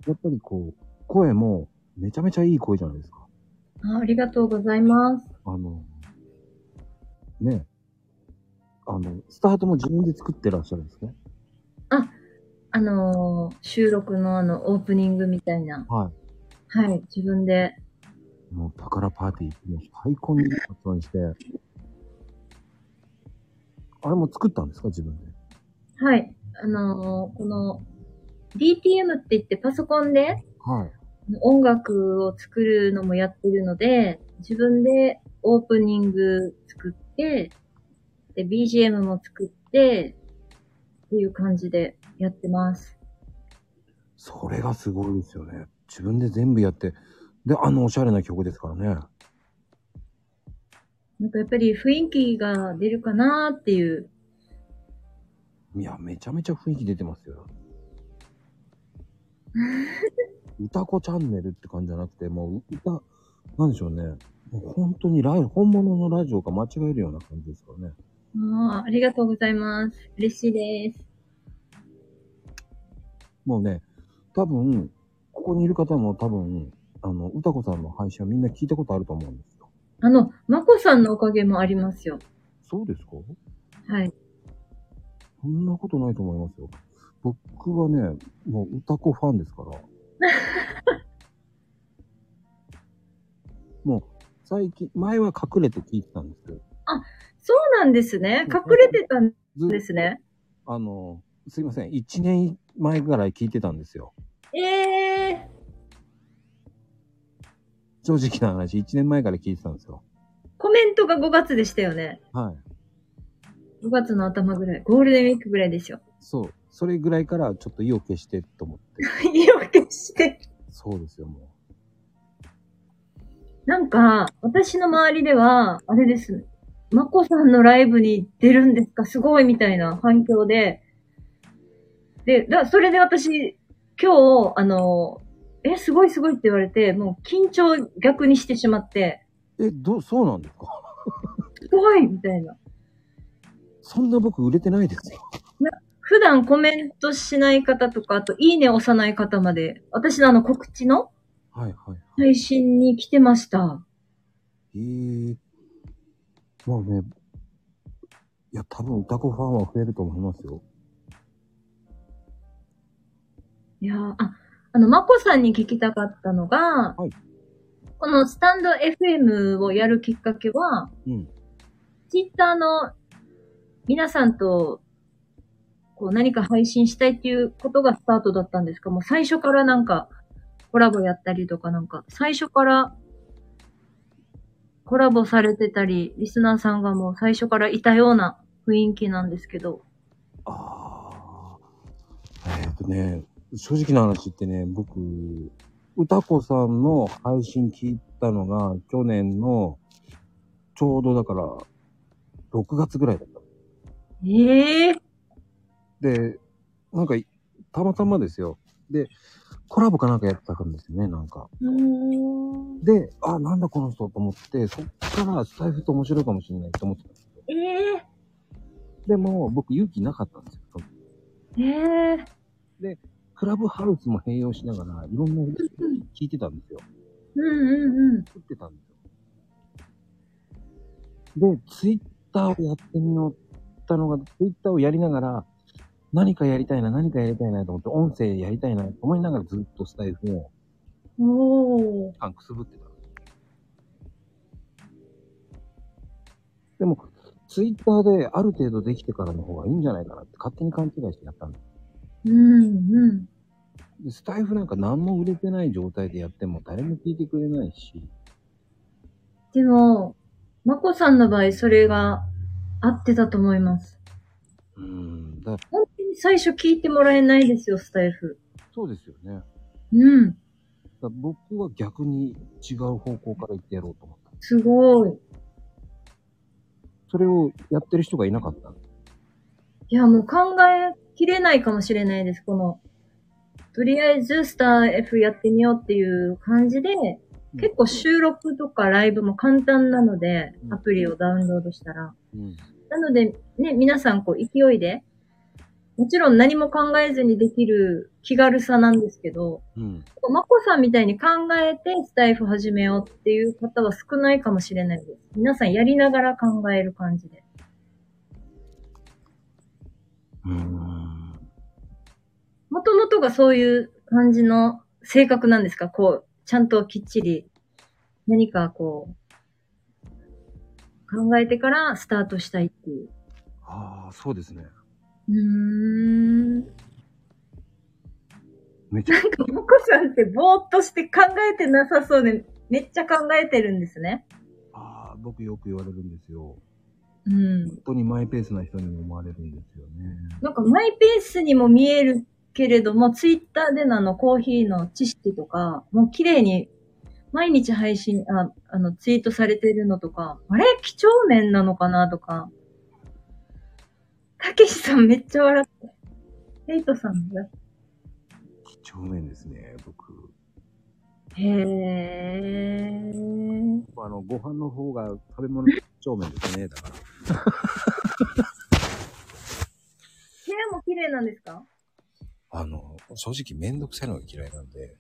A: やっぱりこう、声もめちゃめちゃいい声じゃないですか。
B: あありがとうございます。
A: あの、ねあの、スタートも自分で作ってらっしゃるんですね。
B: あのー収録のあの、オープニングみたいな。
A: は
B: はい、自分で。
A: い。もう宝パーティー、もう最高にいいことにして、あれも作ったんですか自分で。
B: はい、あのーこの、DTM って言ってパソコンで
A: はい。
B: 音楽を作るのもやってるので、自分でオープニング作って、で、BGM も作って、っていう感じでやってます。
A: それがすごいですよね。自分で全部やって、で、あのおしゃれな曲ですからね。
B: なんかやっぱり雰囲気が出るかなーっていう。
A: ういや、めちゃめちゃ雰囲気出てますよ。歌子チャンネルって感じじゃなくて、もう歌、なんでしょうね。もう本当にライ本物のラジオか間違えるような感じですからね。
B: あーありがとうございます。嬉しいです。
A: もうね、多分、ここにいる方も多分、あの、歌子さんの配信はみんな聞いたことあると思うんですよ。
B: あの、まこさんのおかげもありますよ。
A: そうですか
B: はい。
A: そんなことないと思いますよ。僕はね、もう歌子ファンですから。もう、最近、前は隠れて聞いてたんですけど、
B: そうなんですね。隠れてたん
A: ず
B: ですね。
A: あの、すいません、1年前ぐらい聞いてたんですよ。
B: ええ
A: 正直な話、1年前から聞いてたんですよ。
B: ー、コメントが5月でしたよね。
A: はい。
B: 5月の頭ぐらい。ゴールデンウィークぐらいですよ。
A: そう。それぐらいからちょっと意を決してと思って。
B: 言い訳して。
A: そうですよ、も
B: なんか、私の周りでは、あれです。まこさんのライブに出るんですかすごいみたいな反響で。で、だそれで私、今日、あの、え、すごいすごいって言われて、もう緊張逆にしてしまって、
A: う。え、どう、そうなんですか
B: すごいみたいな。
A: そんな僕売れてないですよ。
B: 普段コメントしない方とか、あと、いいね押さない方まで、私のあの告知の
A: はいはい。
B: 配信に来てました。
A: ええまあね、いや、多分歌子ファンは増えると思いますよ。
B: いやーあ、あの、まこさんに聞きたかったのが、
A: はい
B: このスタンド FM をやるきっかけは、
A: うん。
B: ツイッターの皆さんと、こう何か配信したいっていうことがスタートだったんですかもう最初からなんか、コラボやったりとかなんか、最初から、コラボされてたり、リスナーさんがもう最初からいたような雰囲気なんですけど。
A: ああ。えっ、とね、正直な話ってね、僕、歌子さんの配信聞いたのが、去年の、ちょうどだから、6月ぐらいだった。
B: ええ
A: で、なんか、たまたまですよ。で、コラボかなんかやってたんですよね、なんか。
B: うん。
A: で、あ、なんだこの人と思って、そっからスタイフって面白いかもしれないと思ってたんですけど。
B: ええ
A: でも、僕勇気なかったんですよ。その
B: ええ
A: クラブハウスも併用しながら、いろんな人聞いてたんですよ。
B: うんうんうん。
A: 作ってたんですよ。で、ツイッターをやってみようったのが、ツイッターをやりながら、何かやりたいな、何かやりたいなと思って、音声やりたいなと思いながらずっとスタイフを
B: おー。
A: 間くすぶってた。でも、ツイッターである程度できてからの方がいいんじゃないかなって勝手に勘違いしてやったんで
B: うんうん。
A: す。でスタイフなんか何も売れてない状態でやっても誰も聞いてくれないし、
B: でも、まこさんの場合、それが合ってたと思います。
A: うーん、だ
B: 本当に最初聞いてもらえないですよ、スタイフ。
A: そうですよね。
B: うん。
A: だ僕は逆に違う方向から行ってやろうと思った。
B: すごい。
A: それをやってる人がいなかった。
B: いや、もう考えきれないかもしれないです、この。とりあえず、スター F やってみようっていう感じで、結構収録とかライブも簡単なので、アプリをダウンロードしたら。
A: うん。
B: なので、ね、皆さん、こう、勢いで、もちろん何も考えずにできる気軽さなんですけど、
A: うん。
B: まこさんみたいに考えてスタイフ始めようっていう方は少ないかもしれないです。皆さんやりながら考える感じで。
A: うーん。
B: もともとがそういう感じの性格なんですかこう、ちゃんときっちり何かこう、考えてからスタートしたいっていう。
A: ああ、そうですね。
B: うーん。
A: めちゃ
B: なんか、まこさんってぼーっとして考えてなさそうで、めっちゃ考えてるんですね。
A: ああ、僕よく言われるんですよ。
B: うん。
A: 本当にマイペースな人にも思われるんですよね。
B: なんか、マイペースにも見えるけれども、ツイッターでのあの、コーヒーの知識とか、もう綺麗に、毎日配信、あ、あの、ツイートされてるのとか、あれ貴重面なのかなとか、たけしさんめっちゃ笑って。ヘイトさんが。
C: 几帳面ですね、僕。
B: へー。
C: あの、ご飯の方が食べ物几帳面ですね、だから。
B: 部屋も綺麗なんですか
A: あの、正直めんどくさいのが嫌いなんで、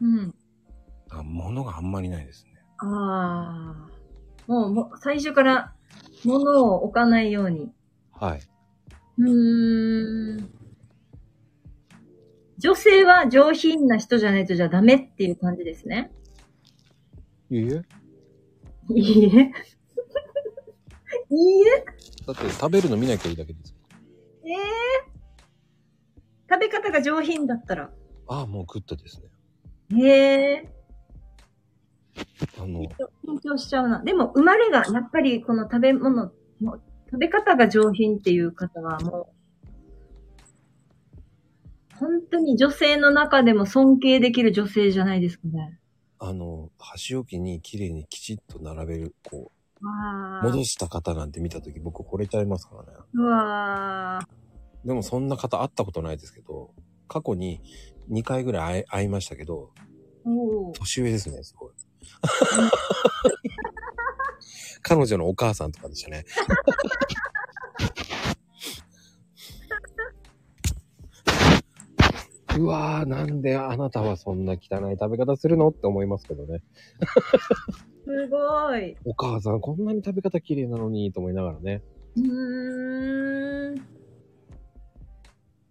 B: うん。
A: あ物があんまりないですね。
B: あー。もう、もう最初から物を置かないように。
A: はい。
B: うーん。女性は上品な人じゃないとじゃダメっていう感じですね。
A: いいえだ
B: いいえ。いいえ。
A: って食べるの見なきゃいいだけです。
B: ええ食べ方が上品だったら。
A: ああ、もうグッドですね。
B: へえ。
A: あの、
B: 緊張しちゃうな。でも、生まれが、やっぱりこの食べ物の、食べ方が上品っていう方はもう、本当に女性の中でも尊敬できる女性じゃないですかね。
A: あの、箸置きに綺麗にきちっと並べる、こう、
B: わ
A: 戻した方なんて見たとき僕惚れちゃいますからね。
B: うわー
A: でもそんな方会ったことないですけど、過去に2回ぐらい会え会いましたけど、
B: おー
A: 年上ですね、すごい。 彼女のお母さんとかでしたね。 うわー、なんであなたはそんな汚い食べ方するのって思いますけどね。
B: すごい。
A: お母さん、こんなに食べ方綺麗なのに、と思いながらね。
B: うーん。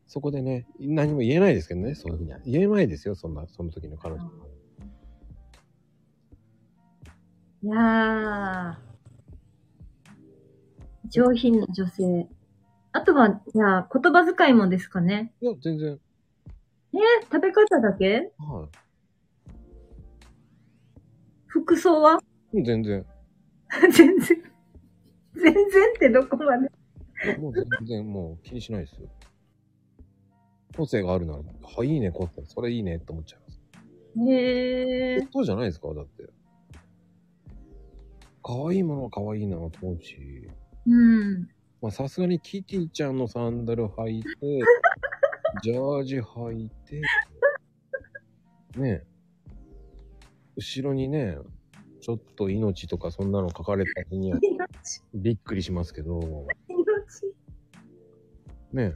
A: そこでね、何も言えないですけどね、そういうふうには。言えないですよ、そんな、その時の彼女。
B: いやー。上品な女性。あとは、じゃあ、言葉遣いもですかね。
A: いや、全然。
B: え食べ方だけ
A: は
B: 服装は
A: い。全然。
B: 全然。全然ってどこまで
A: もう全然もう気にしないですよ。個性があるなら、あ、いいね、個性。それいいねって思っちゃいます。
B: へえ。
A: そうじゃないですかだって。可愛いものは可愛いなと思うし、
B: うん。
A: まあさすがにキティちゃんのサンダル履いて、ジャージ履いて、ねえ、後ろにね、ちょっと命とかそんなの書かれた日には
B: 命、
A: びっくりしますけど、
B: 命。
A: ねえ。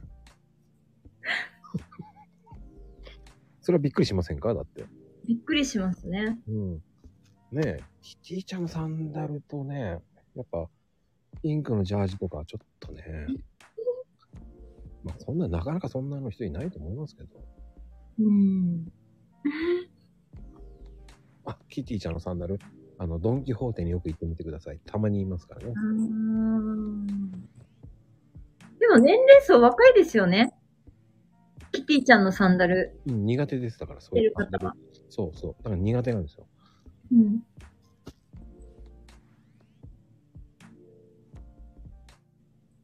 A: それはびっくりしませんかだって。
B: びっくりしますね。
A: うん。ねえ、キティちゃんのサンダルとね、やっぱ、インクのジャージとかちょっとね、まあそんな、なかなかそんなの人いないと思いますけど。
B: うん。
A: あ、キティちゃんのサンダル、あの、ドンキホーテによく行ってみてください。たまにいますからね
B: あ。ーでも年齢層若いですよね。キティちゃんのサンダル。
A: うん、苦手です。だからそういうサンダル
B: 出る方
A: そうそう。だから苦手なんですよ。
B: うん。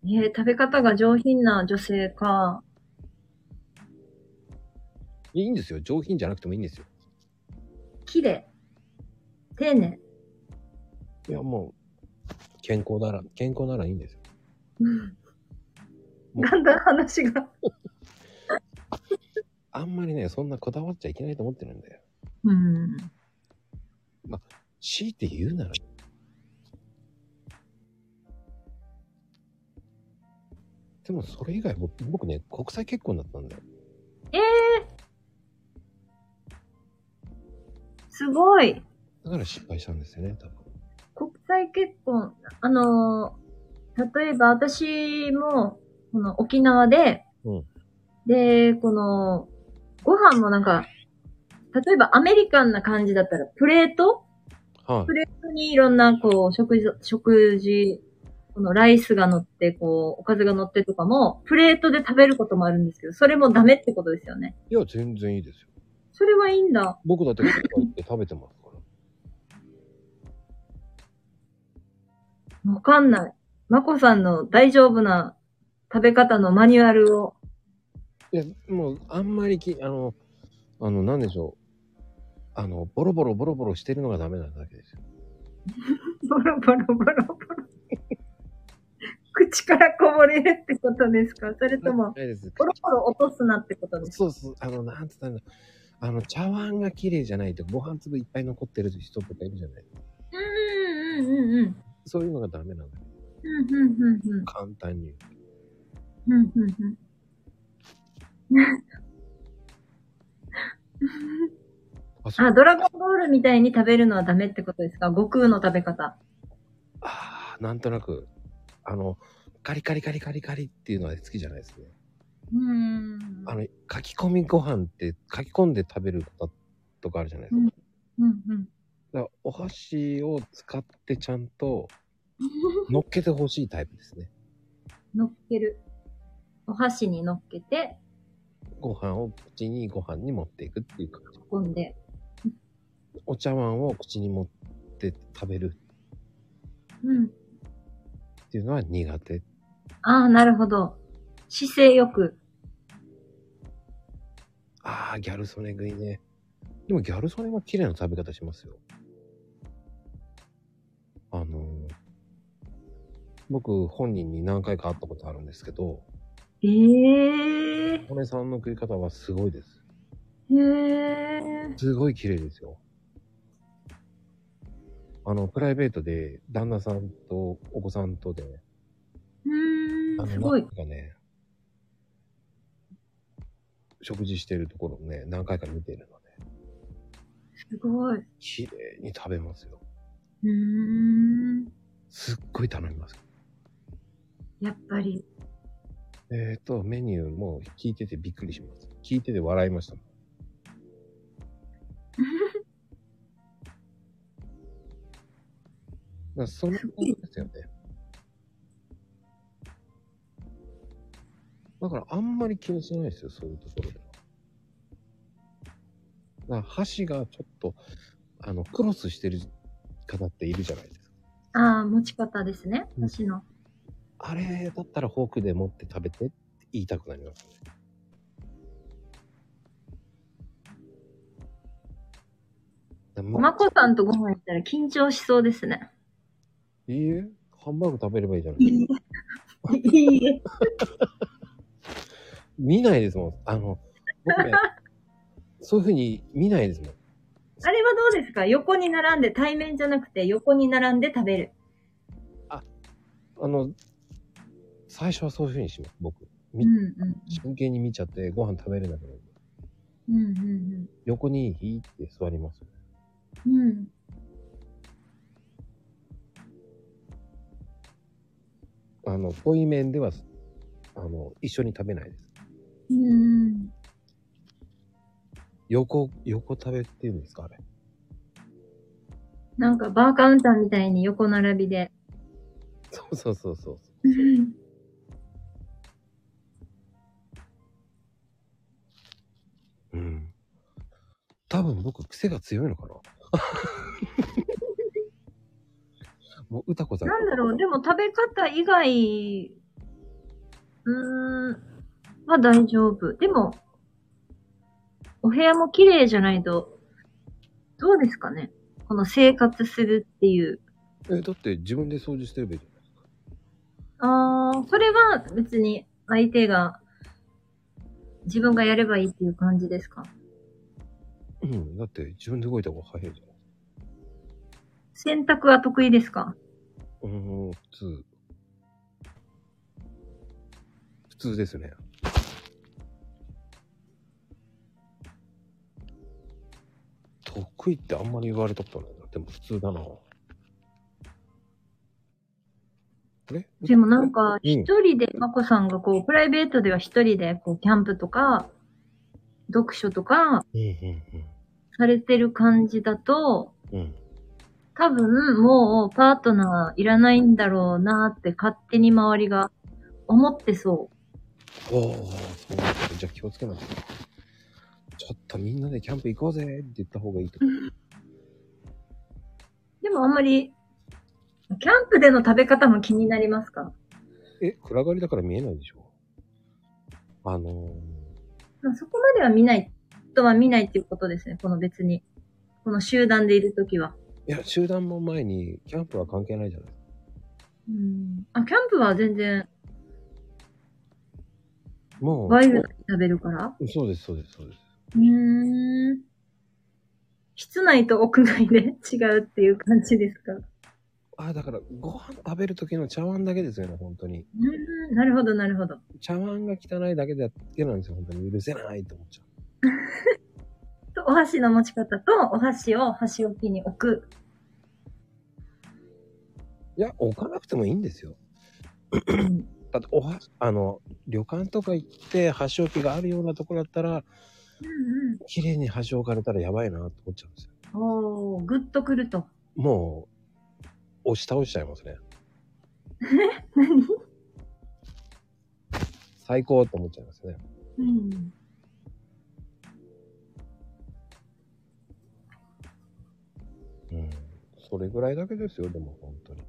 B: えー、食べ方が上品な女性か。
A: いいんですよ。上品じゃなくてもいいんですよ。
B: 綺麗。丁寧。
A: いや、もう、健康なら、健康ならいいんですよ。
B: うん
A: もう
B: だんだん話が。
A: あんまりね、そんなこだわっちゃいけないと思ってるんだよ。
B: うん。
A: 強いて言うなら、でもそれ以外僕、僕ね、国際結婚だったんだよ。
B: ええすごい。
A: だから失敗したんですよね、多分。
B: 国際結婚。あのー例えば私も、この沖縄で、
A: うん
B: で、この、ご飯もなんか、例えばアメリカンな感じだったら、プレート
A: は
B: プレートにいろんな、こう、食事、食事、このライスが乗って、こう、おかずが乗ってとかも、プレートで食べることもあるんですけど、それもダメってことですよね。
A: い。いや、全然いいですよ。
B: それはいいんだ。
A: 僕だって結婚行って食べてますから。
B: わかんない。まこさんの大丈夫な食べ方のマニュアルを。
A: いや、もう、あんまりき、あの、あの、なんでしょう。あの、ボロボロボロボロしてるのがダメなだけですよ。
B: ボロボロボロボロ。口からこぼれるってことですかそれとも、
A: ないです。
B: ポロポロ落とすなってことですか
A: そうそう、あの、なんつったんだあの、茶碗が綺麗じゃないと、ご飯粒いっぱい残ってる人とかいるじゃない
B: うんうんうんうん。
A: そういうのがダメなんだよ。
B: うんうんうんうん。
A: 簡単に言う。
B: うんうんうん。
A: あ、そう。
B: あ、ドラゴンボールみたいに食べるのはダメってことですか悟空の食べ方。
A: あーなんとなく、あの、カリカリカリカリカリっていうのは好きじゃないですね。
B: うーん。
A: あの、書き込みご飯って書き込んで食べることとかあるじゃないですか。
B: うんうんうん。
A: だからお箸を使ってちゃん と乗っけてほしいタイプですね。
B: 乗っける。お箸に乗っけて、
A: ご飯を口にご飯に持っていくっていう感じ。
B: 運んで。
A: お茶碗を口に持って食べる
B: うん。
A: っていうのは苦手。
B: ああ、なるほど。姿勢よく。
A: ああ、ギャル曽根食いね。でもギャル曽根は綺麗な食べ方しますよ。あのー僕本人に何回か会ったことあるんですけど、
B: ええー。
A: 曽根さんの食い方はすごいです。
B: へえ。
A: すごい綺麗ですよ。あの、プライベートで旦那さんとお子さんとで、
B: う
A: あ
B: ー
A: の
B: ん、すごい
A: な。んかね、食事してるところをね、何回か見てるので、
B: すごい。う
A: 綺麗に食べますよ。
B: ーん。
A: すっごい頼みます。
B: やっぱり。
A: えっ、ー、と、メニューも聞いててびっくりします。聞いてて笑いましたもん。だからその辺ですよね。だからあんまり気にしないですよ、そういうところでは。だから箸がちょっと、あの、クロスしてる方っているじゃないですか。
B: ああ、持ち方ですね。私の。
A: あれだったらフォークで持って食べてって言いたくなりますね。だ
B: お
A: ま
B: まこさんとご飯行ったら緊張しそうですね。
A: いいえ、ハンバーグ食べればいいじゃない。
B: いいえ。いいえ。
A: 見ないですもん。あの、僕 ね、そういうふうに見ないですもん。
B: あれはどうですか横に並んで、対面じゃなくて横に並んで食べる。
A: あの、最初はそういうふうにします、僕。
B: う
A: み
B: んうん。
A: 真剣に見ちゃってご飯食べれなくなる。
B: うんうん
A: 横に引いて座ります。
B: うん。うん。
A: あの、遠い面では、あの、一緒に食べないです。
B: うん。
A: 横、横食べっていうんですか、あれ。
B: なんかバーカウンターみたいに横並び で。
A: そうそうそうそう。
B: うん
A: うん。多分僕、癖が強い のかなもう、歌子さん。
B: なんだろう、でも食べ方以外、うーん、は大丈夫。でも、お部屋も綺麗じゃないと、どうですかねこの生活するっていう。
A: え、だって自分で掃除してればいいじゃないですか。
B: あー、それは別に相手が、自分がやればいいっていう感じですか
A: うん。だって自分で動いた方が早いじゃない
B: 洗濯は得意ですか
A: うーん、普通。普通ですね。得意ってあんまり言われたことないな。でも普通だな。あれ
B: でもなんか、
A: うん
B: 一人で、まこさんがこう、プライベートでは一人で、こう、キャンプとか、読書とか、
A: うんうん
B: されてる感じだと、
A: うん。うん。
B: 多分もうパートナーいらないんだろうなって勝手に周りが思ってそ
A: おお、そうなんだじゃあ気をつけないと。ちょっとみんなでキャンプ行こうぜって言った方がいいと思う。
B: う。でもあんまり、キャンプでの食べ方も気になりますか
A: え、暗がりだから見えないでしょあのー、
B: まあそこまでは見ない、とは見ないっていうことですね、この別に。この集団でいるときは。
A: いや、集団も前に、キャンプは関係ないじゃない。
B: ううん。あ、キャンプは全然、
A: も
B: ワイルドに食べるから。
A: う、そうです、そうです、そうです。
B: うーん。室内と屋外で違うっていう感じですか。う
A: あ、だから、ご飯食べる時の茶碗だけですよね、本当に。
B: ーん。なるほど、なるほど。
A: 茶碗が汚いだけだけなんですよ、本当に。許せないと思っちゃう。
B: と、お箸の持ち方と、お箸を箸置きに置く。
A: いや、置かなくてもいいんですよ。
B: うん
A: だって、おは、あの、旅館とか行って、箸置きがあるようなとこだったら、
B: うん
A: 綺麗に箸置かれたらやばいなと思っちゃうんですよ。
B: うん。おー、ぐっとくると。
A: もう、押し倒しちゃいますね。
B: 何
A: 最高と思っちゃいますね。
B: うん。
A: うん。それぐらいだけですよ、でも、本当に。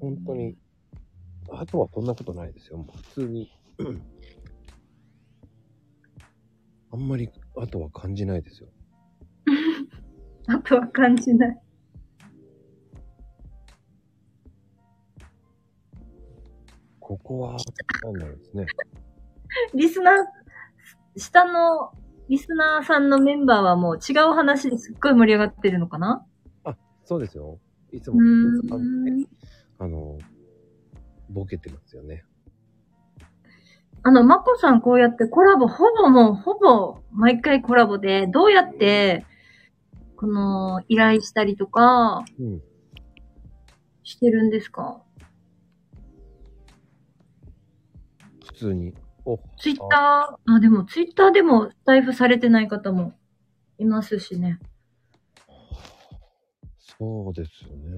A: 本当に。あとはそんなことないですよ、もう普通に。 あんまり、あとは感じないですよ。
B: あとは感じない。
A: ここは、なんだろうですね。
B: リスナー、下のリスナーさんのメンバーはもう違う話ですっごい盛り上がってるのかな
A: そうですよ。いつ
B: う
A: も、
B: ーん。
A: あの、ボケてますよね。
B: あの、まこさんこうやってコラボ、ほぼもう、ほぼ、毎回コラボで、どうやって、この、依頼したりとか、
A: うん。
B: してるんですか
A: 普通に。お、
B: ツイッター、あ、でもツイッターでも配布されてない方もいますしね。
A: そうですよね。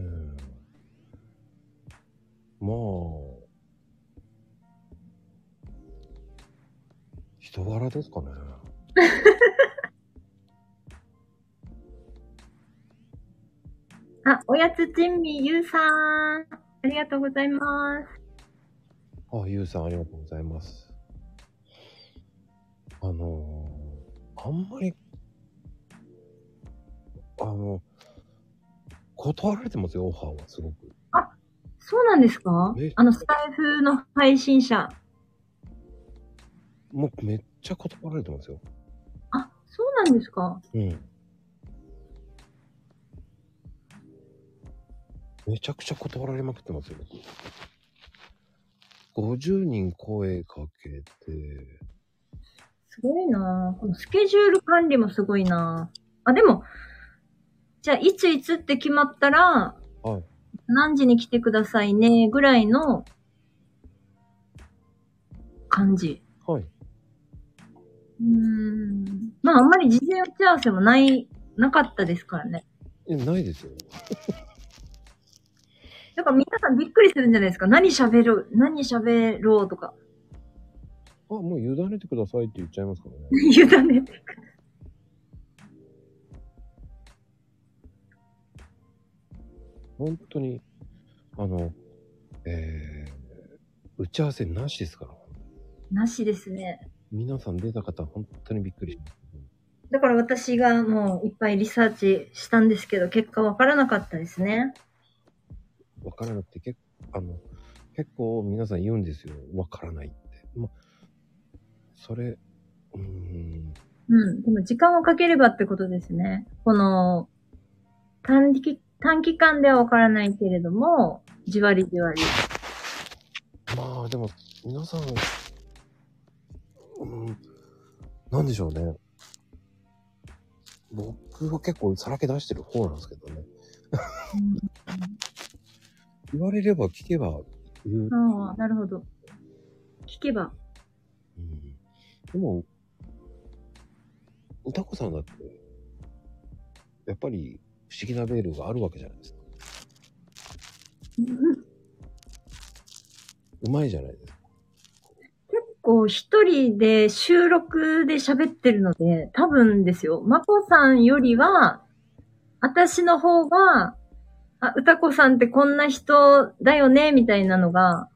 A: まあ、人柄ですかね。
B: あ、おやつ珍味ゆうさん。ありがとうございます。
A: あ、ゆうさんありがとうございます。あのーあんまり、あの、断られてますよ、オファーはすごく。
B: そうなんですか
A: ね
B: あの、スタイフの配信者。
A: もうめっちゃ断られてますよ。
B: あ、そうなんですか
A: うん。めちゃくちゃ断られまくってますよ、僕。50人声かけて、
B: すごいなぁこのスケジュール管理もすごいなぁあ、でも、じゃあ、いついつって決まったら、
A: はい
B: 何時に来てくださいね、ぐらいの、感じ。
A: はい。
B: うーん。まあ、あんまり事前打ち合わせもない、なかったですからね。
A: え、ないですよ。
B: だから皆さんびっくりするんじゃないですか。何喋る、何喋ろうとか。
A: あ、もう委ねてくださいって言っちゃいますからね。
B: 委ねてくる。
A: 本当に、あの、えー、打ち合わせなしですから。
B: なしですね。
A: 皆さん出た方、本当にびっくりします。
B: だから私がもういっぱいリサーチしたんですけど、結果わからなかったですね。
A: わからなくて、結構、あの、結構皆さん言うんですよ。わからないって。ま、それ、うーん、
B: うん。でも時間をかければってことですね。この、短期、短期間ではわからないけれども、じわりじわり。
A: まあでも、皆さん、うん、なんでしょうね。僕は結構さらけ出してる方なんですけどね。言われれば聞けば言う。
B: うん、ああ、なるほど。聞けば。
A: うん、でも、歌子さんだって、やっぱり不思議なベールがあるわけじゃないですか。うまいじゃないですか。
B: こう、一人で収録で喋ってるので、多分ですよ。まこさんよりは、私の方が、あ、歌子さんってこんな人だよね、みたいなのが、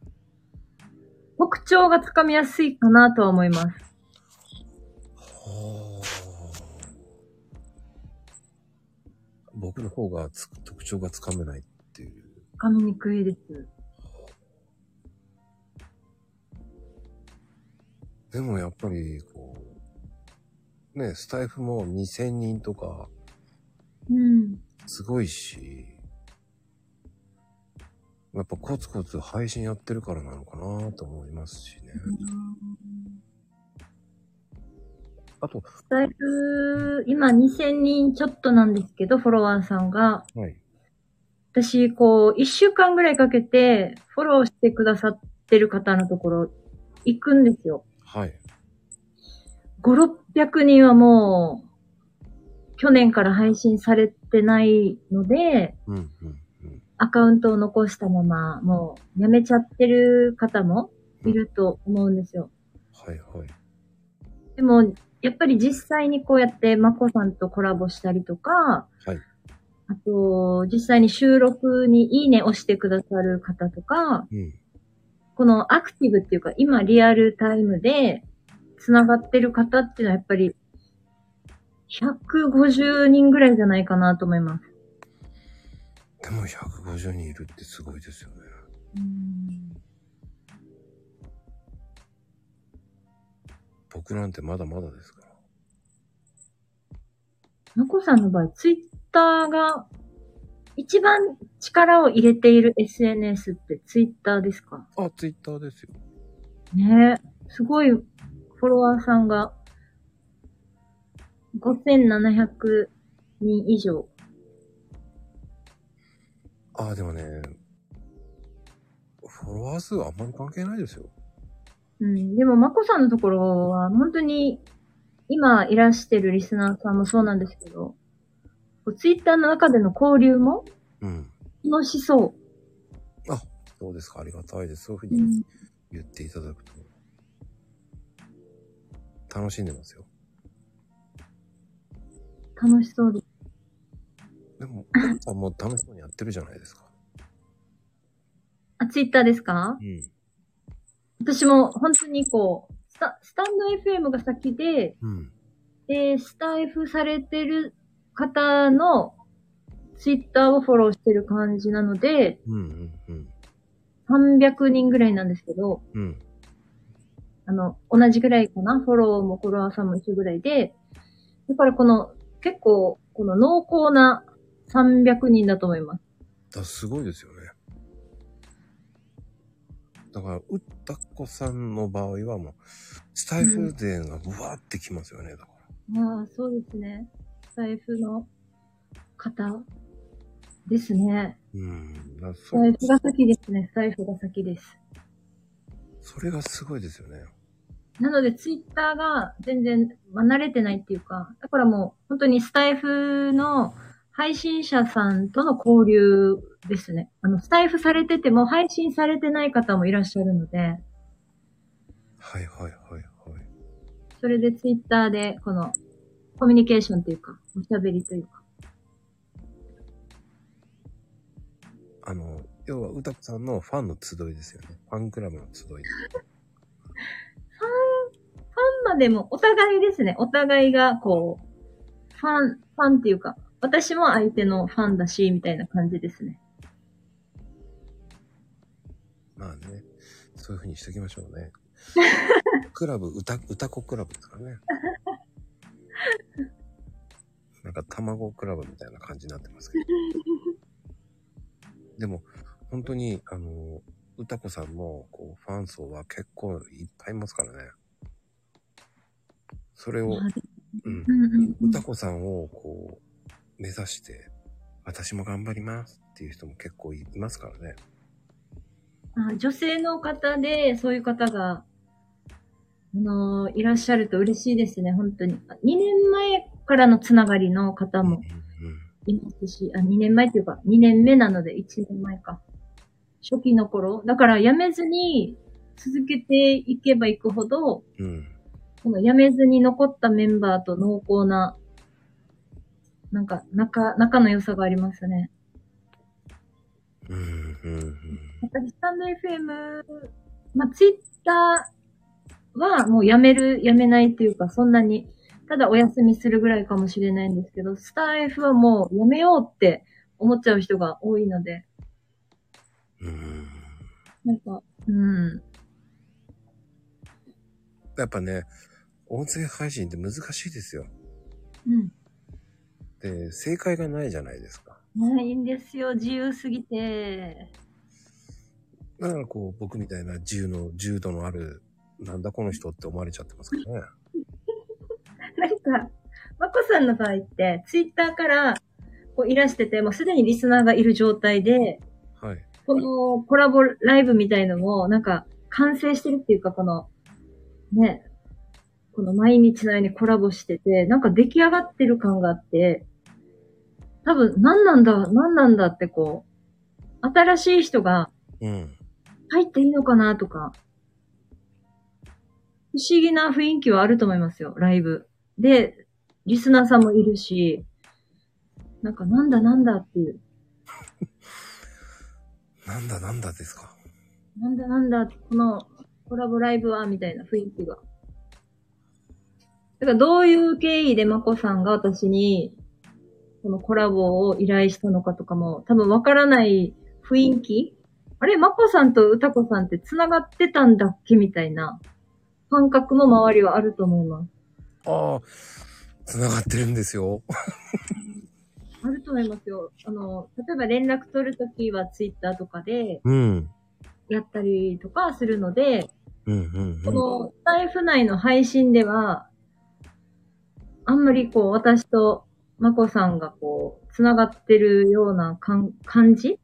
B: 特徴がつかみやすいかなとは思います。
A: はあ僕の方がつ特徴がつかめないっていう。
B: 噛みにくいです。
A: でもやっぱり、こう、ね、スタイフも2000人とか、
B: うん。
A: すごいし、やっぱコツコツ配信やってるからなのかなと思いますしね。あと、
B: スタイフ、今2000人ちょっとなんですけど、フォロワーさんが。
A: はい。
B: 私、こう、1週間ぐらいかけて、フォローしてくださってる方のところ、行くんですよ。
A: はい。
B: 5、600人はもう、去年から配信されてないので、
A: うん、うん、うん。
B: アカウントを残したまま、もう、やめちゃってる方もいると思うんですよ。
A: はい、はい。
B: でも、やっぱり実際にこうやって、まこさんとコラボしたりとか、
A: はい
B: あと、実際に収録にいいね押してくださる方とか、
A: うん。
B: このアクティブっていうか、今リアルタイムで繋がってる方っていうのはやっぱり150人ぐらいじゃないかなと思います。
A: でも150人いるってすごいですよね。僕なんてまだまだですから。
B: のこさんの場合、ツイッターが一番力を入れている SNS ってツイッターですか
A: あ、ツイッターですよ。
B: ねえ、すごいフォロワーさんが5700人以上。
A: あ、でもね、フォロワー数はあんまり関係ないですよ。
B: うん、でも、まこさんのところは、本当に、今いらしてるリスナーさんもそうなんですけど、こうツイッターの中での交流も
A: うん。
B: 楽しそ
A: そうですか。ありがたいです。そういうふう
B: う。
A: に言っていただくと。楽しんでますよ。
B: 楽しそうです。
A: でも、あもう楽しそうにやってるじゃないですか。
B: あ、ツイッターですか
A: うん。
B: 私も本当にこう、スタスタンド FM が先で、
A: うん。
B: で、スタイフされてる方のツイッターをフォローしてる感じなので、
A: うん。うん。
B: 300人ぐらいなんですけど、
A: うん。
B: あの、同じぐらいかな。フォローもフォロワーさんも一緒ぐらいで、だからこの、結構、この濃厚な300人だと思います。
A: だすごいですよね。だから、うったこさんの場合はもう、スタイフ勢がブワーってきますよね。だから。
B: ああ、そうですね。財布の方ですね。
A: うん。だからそ
B: 財布が先ですね。財布が先です。
A: それがすごいですよね。
B: なので、ツイッターが全然、まあ、慣れてないっていうか、だからもう、本当にスタイフの配信者さんとの交流ですね。あの、スタイフされてても、配信されてない方もいらっしゃるので、
A: はいはいはいはい。
B: それでツイッターで、この、コミュニケーションというか、おしゃべりというか。
A: あの、要は、うたこさんのファンの集いですよね。ファンクラブの集い。
B: ファンまでも、お互いですね。お互いが、こう、ファン、ファンっていうか、私も相手のファンだし、みたいな感じですね。
A: まあね、そういうふうにしときましょうね。クラブ、歌、歌子クラブですからね。なんか卵クラブみたいな感じになってますけど。でも、本当に、あの、歌子さんも、こう、ファン層は結構いっぱいいますからね。それを、うん
B: う。んうんうん。
A: 歌子さんをこう、目指して、私も頑張りますっていう人も結構いますからね。
B: あ女性の方で、そういう方が、あのーいらっしゃると嬉しいですね、本当に。あ2年前からのつながりの方もいますし、あ、2年前っていうか、2年目なので、1年前か。初期の頃。だから、やめずに続けていけばいくほど、
A: うん。うん。
B: このやめずに残ったメンバーと濃厚な、なんか、仲、仲の良さがありますね。
A: うん。うん。うん
B: やっぱりスタンド FM、まあ、ツイッターはもうやめる、やめないっていうか、そんなにただお休みするぐらいかもしれないんですけど、スター F はもうやめようって思っちゃう人が多いので、
A: うん。
B: なんか、うん、
A: やっぱね、音声配信って難しいですよ。
B: うん。
A: で、正解がないじゃないですか。
B: ないんですよ、自由すぎて。
A: だからこう、僕みたいな自由の、自由度のある、なんだこの人って思われちゃってますからね。
B: なんか、まこさんの場合って、ツイッターからこういらしてて、もうすでにリスナーがいる状態で、
A: はい。
B: このコラボライブみたいのも、なんか、完成してるっていうか、この、ね、この毎日のようにコラボしてて、なんか出来上がってる感があって、多分、何なんだ、何なんだってこう、新しい人が
A: うん。
B: 入っていいのかなとか、不思議な雰囲気はあると思いますよ、ライブ。で、リスナーさんもいるし、なんかなんだなんだっていう、
A: なんだなんだですか。
B: なんだなんだ、このコラボライブは、みたいな雰囲気が。だからどういう経緯でまこさんが私に、このコラボを依頼したのかとかも、多分わからない雰囲気あれ、まこさんと歌子さんって繋がってたんだっけみたいな感覚も周りはあると思います。
A: ああ、繋がってるんですよ。
B: あると思いますよ。あの、例えば連絡取るときはツイッターとかで
A: うん。
B: やったりとかするので、
A: うんう
B: こ
A: んうん。
B: のスタイフ内の配信では、あんまりこう、私とまこさんがこう、つながってるような感感じ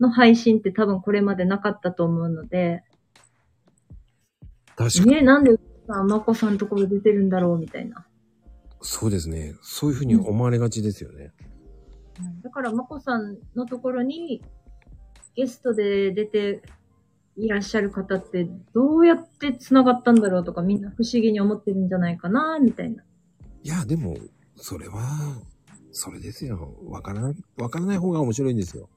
B: の配信って多分これまでなかったと思うので、
A: 確かに、
B: え、なんでさまこさんのところ出てるんだろうみたいな。
A: そうですね。そういうふうに思われがちですよね。
B: だからまこさんのところにゲストで出ていらっしゃる方ってどうやってつながったんだろうとかみんな不思議に思ってるんじゃないかな、みたいな。
A: いや、でも、それは、それですよ。わからない、わからない方が面白いんですよ。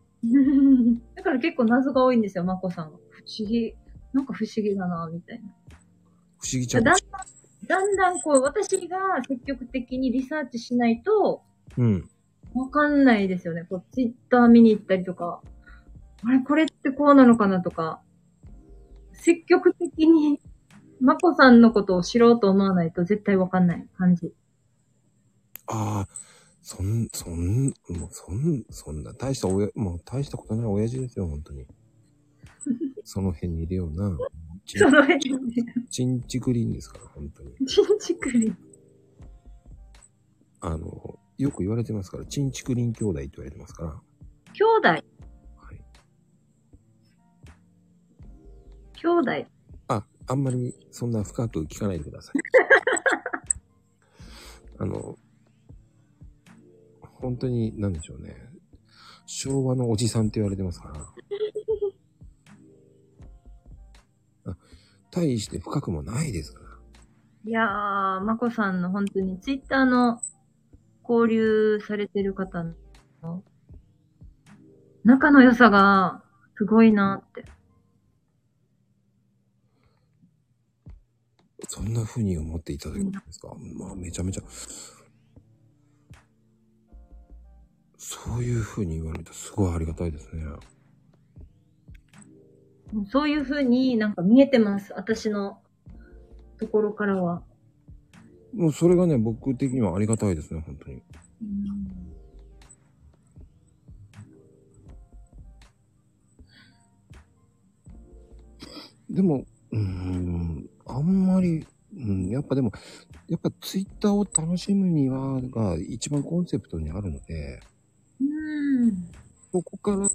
B: だから結構謎が多いんですよ、まこさんは。不思議。なんか不思議だな、みたいな。
A: 不思議ちゃん。
B: だんだん、だんだんこう、私が積極的にリサーチしないと、
A: うん。
B: わかんないですよね。こう、ツイッター見に行ったりとか、あれ、これってこうなのかなとか、積極的に、まこさんのことを知ろうと思わないと絶対わかんない感じ。
A: ああ、そん、そん、もうそん、そんな、大したおや、もう大したことない親父ですよ、本当に。その辺にいるような、ち
B: そ
A: ん
B: の辺で、
A: ちんちくりんですから、本当に。
B: ちんちくり。
A: あの、よく言われてますから、ちんちくりん兄弟って言われてますから。
B: 兄弟、
A: はい。
B: 兄弟。
A: あ、あんまりそんな深く聞かないでください。あの、本当に何でしょうね。昭和のおじさんって言われてますから。あ大して深くもないですから。
B: いやー、まこさんの本当にツイッターの交流されてる方の仲の良さがすごいなって。
A: そんな風に思っていただけるんですか、まあ、めちゃめちゃ。そういう風に言われるとすごいありがたいですね。
B: そういう風になんか見えてます。私のところからは。
A: もうそれがね、僕的にはありがたいですね、本当に。でも、うーん、あんまり、うん、やっぱでも、やっぱツイッターを楽しむには、が一番コンセプトにあるので、
B: うん。
A: ここからの、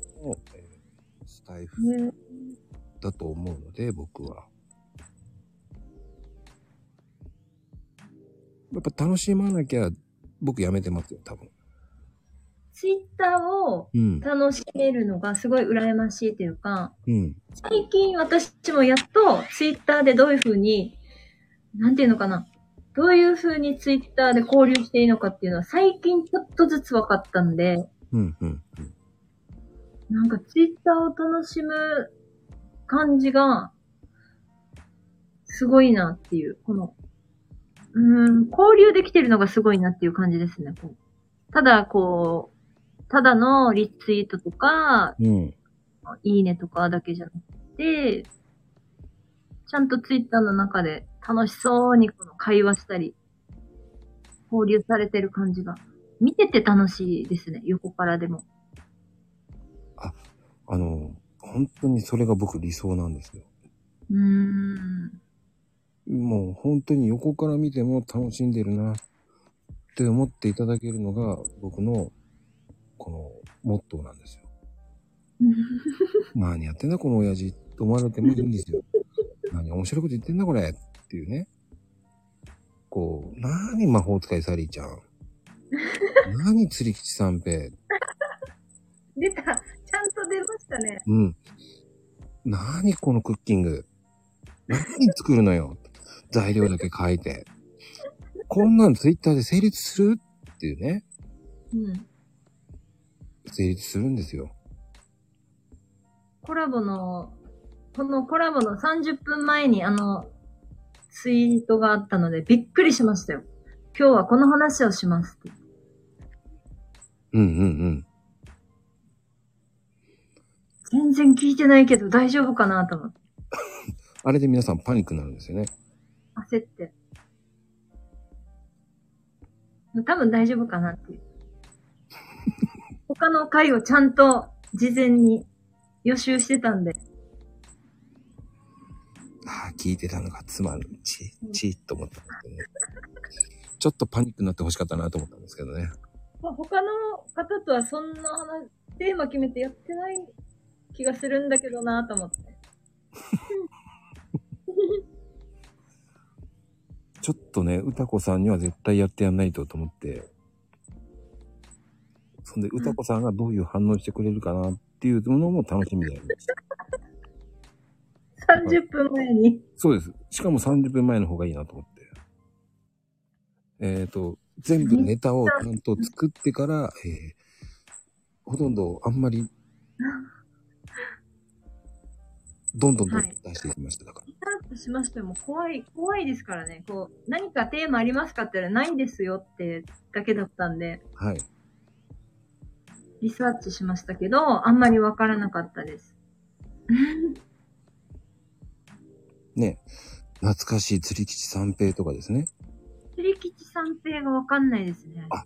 A: えースタイフ
B: ね
A: だと思うので、僕は。やっぱ楽しまなきゃ、僕やめてますよ、多分。
B: ツイッターを
A: うん。
B: 楽しめるのがすごい羨ましいというか、
A: うん。
B: 最近私もやっとツイッターでどういう風に、なんていうのかな。どういう風にツイッターで交流していいのかっていうのは最近ちょっとずつ分かったんで、
A: うん、うん、うん。
B: なんかツイッターを楽しむ感じが、すごいなっていう、この、うーん、交流できてるのがすごいなっていう感じですね。こうただ、こう、ただのリツイートとか、
A: うん。
B: いいねとかだけじゃなくて、ちゃんとツイッターの中で楽しそうにこの会話したり、交流されてる感じが。見てて楽しいですね、横からでも。
A: あの、本当にそれが僕理想なんですよ。
B: うーん。
A: もう本当に横から見ても楽しんでるなって思っていただけるのが僕のこのモットーなんですよ。何やってんだこの親父って思われてもいいんですよ。何面白いこと言ってんだこれっていうね。こう、何魔法使いサリーちゃん。何釣り吉三平。
B: 出たちゃんと出ましたね。
A: うん。何このクッキング。何作るのよ。材料だけ書いて。こんなのツイッターで成立するっていうね。
B: うん。
A: 成立するんですよ。
B: コラボの、このコラボの30分前にあの、ツイートがあったので、びっくりしましたよ。今日はこの話をしますって。
A: うんうんうん。
B: 全然聞いてないけど大丈夫かなと思って。
A: あれで皆さんパニックになるんですよね。
B: 焦って。多分大丈夫かなっていう。他の回をちゃんと事前に予習してたんで。
A: ああ、聞いてたのがつまん、ち、ちっと思ったんですけどね。ちょっとパニックになってほしかったなと思ったんですけどね。
B: まあ他の方とはそんな話、テーマ決めてやってない気がするんだけどなと思って。
A: ちょっとね、歌子さんには絶対やってやんないとと思って。そんで、歌子さんがどういう反応してくれるかなっていうのも楽しみだよね。
B: 30分前に。
A: そうです。しかも30分前の方がいいなと思って。えっ、と、全部ネタをちゃんと作ってから、えーほとんどあんまり、どんどんどんどん出していきました。だから。
B: スタートしましても怖い、怖いですからね。こう、何かテーマありますかって言ったらないですよってだけだったんで、
A: はい。
B: リサーチしましたけど、あんまりわからなかったです。
A: ね。懐かしい釣り吉三平とかですね。
B: 釣り吉三平がわかんないですね。
A: あ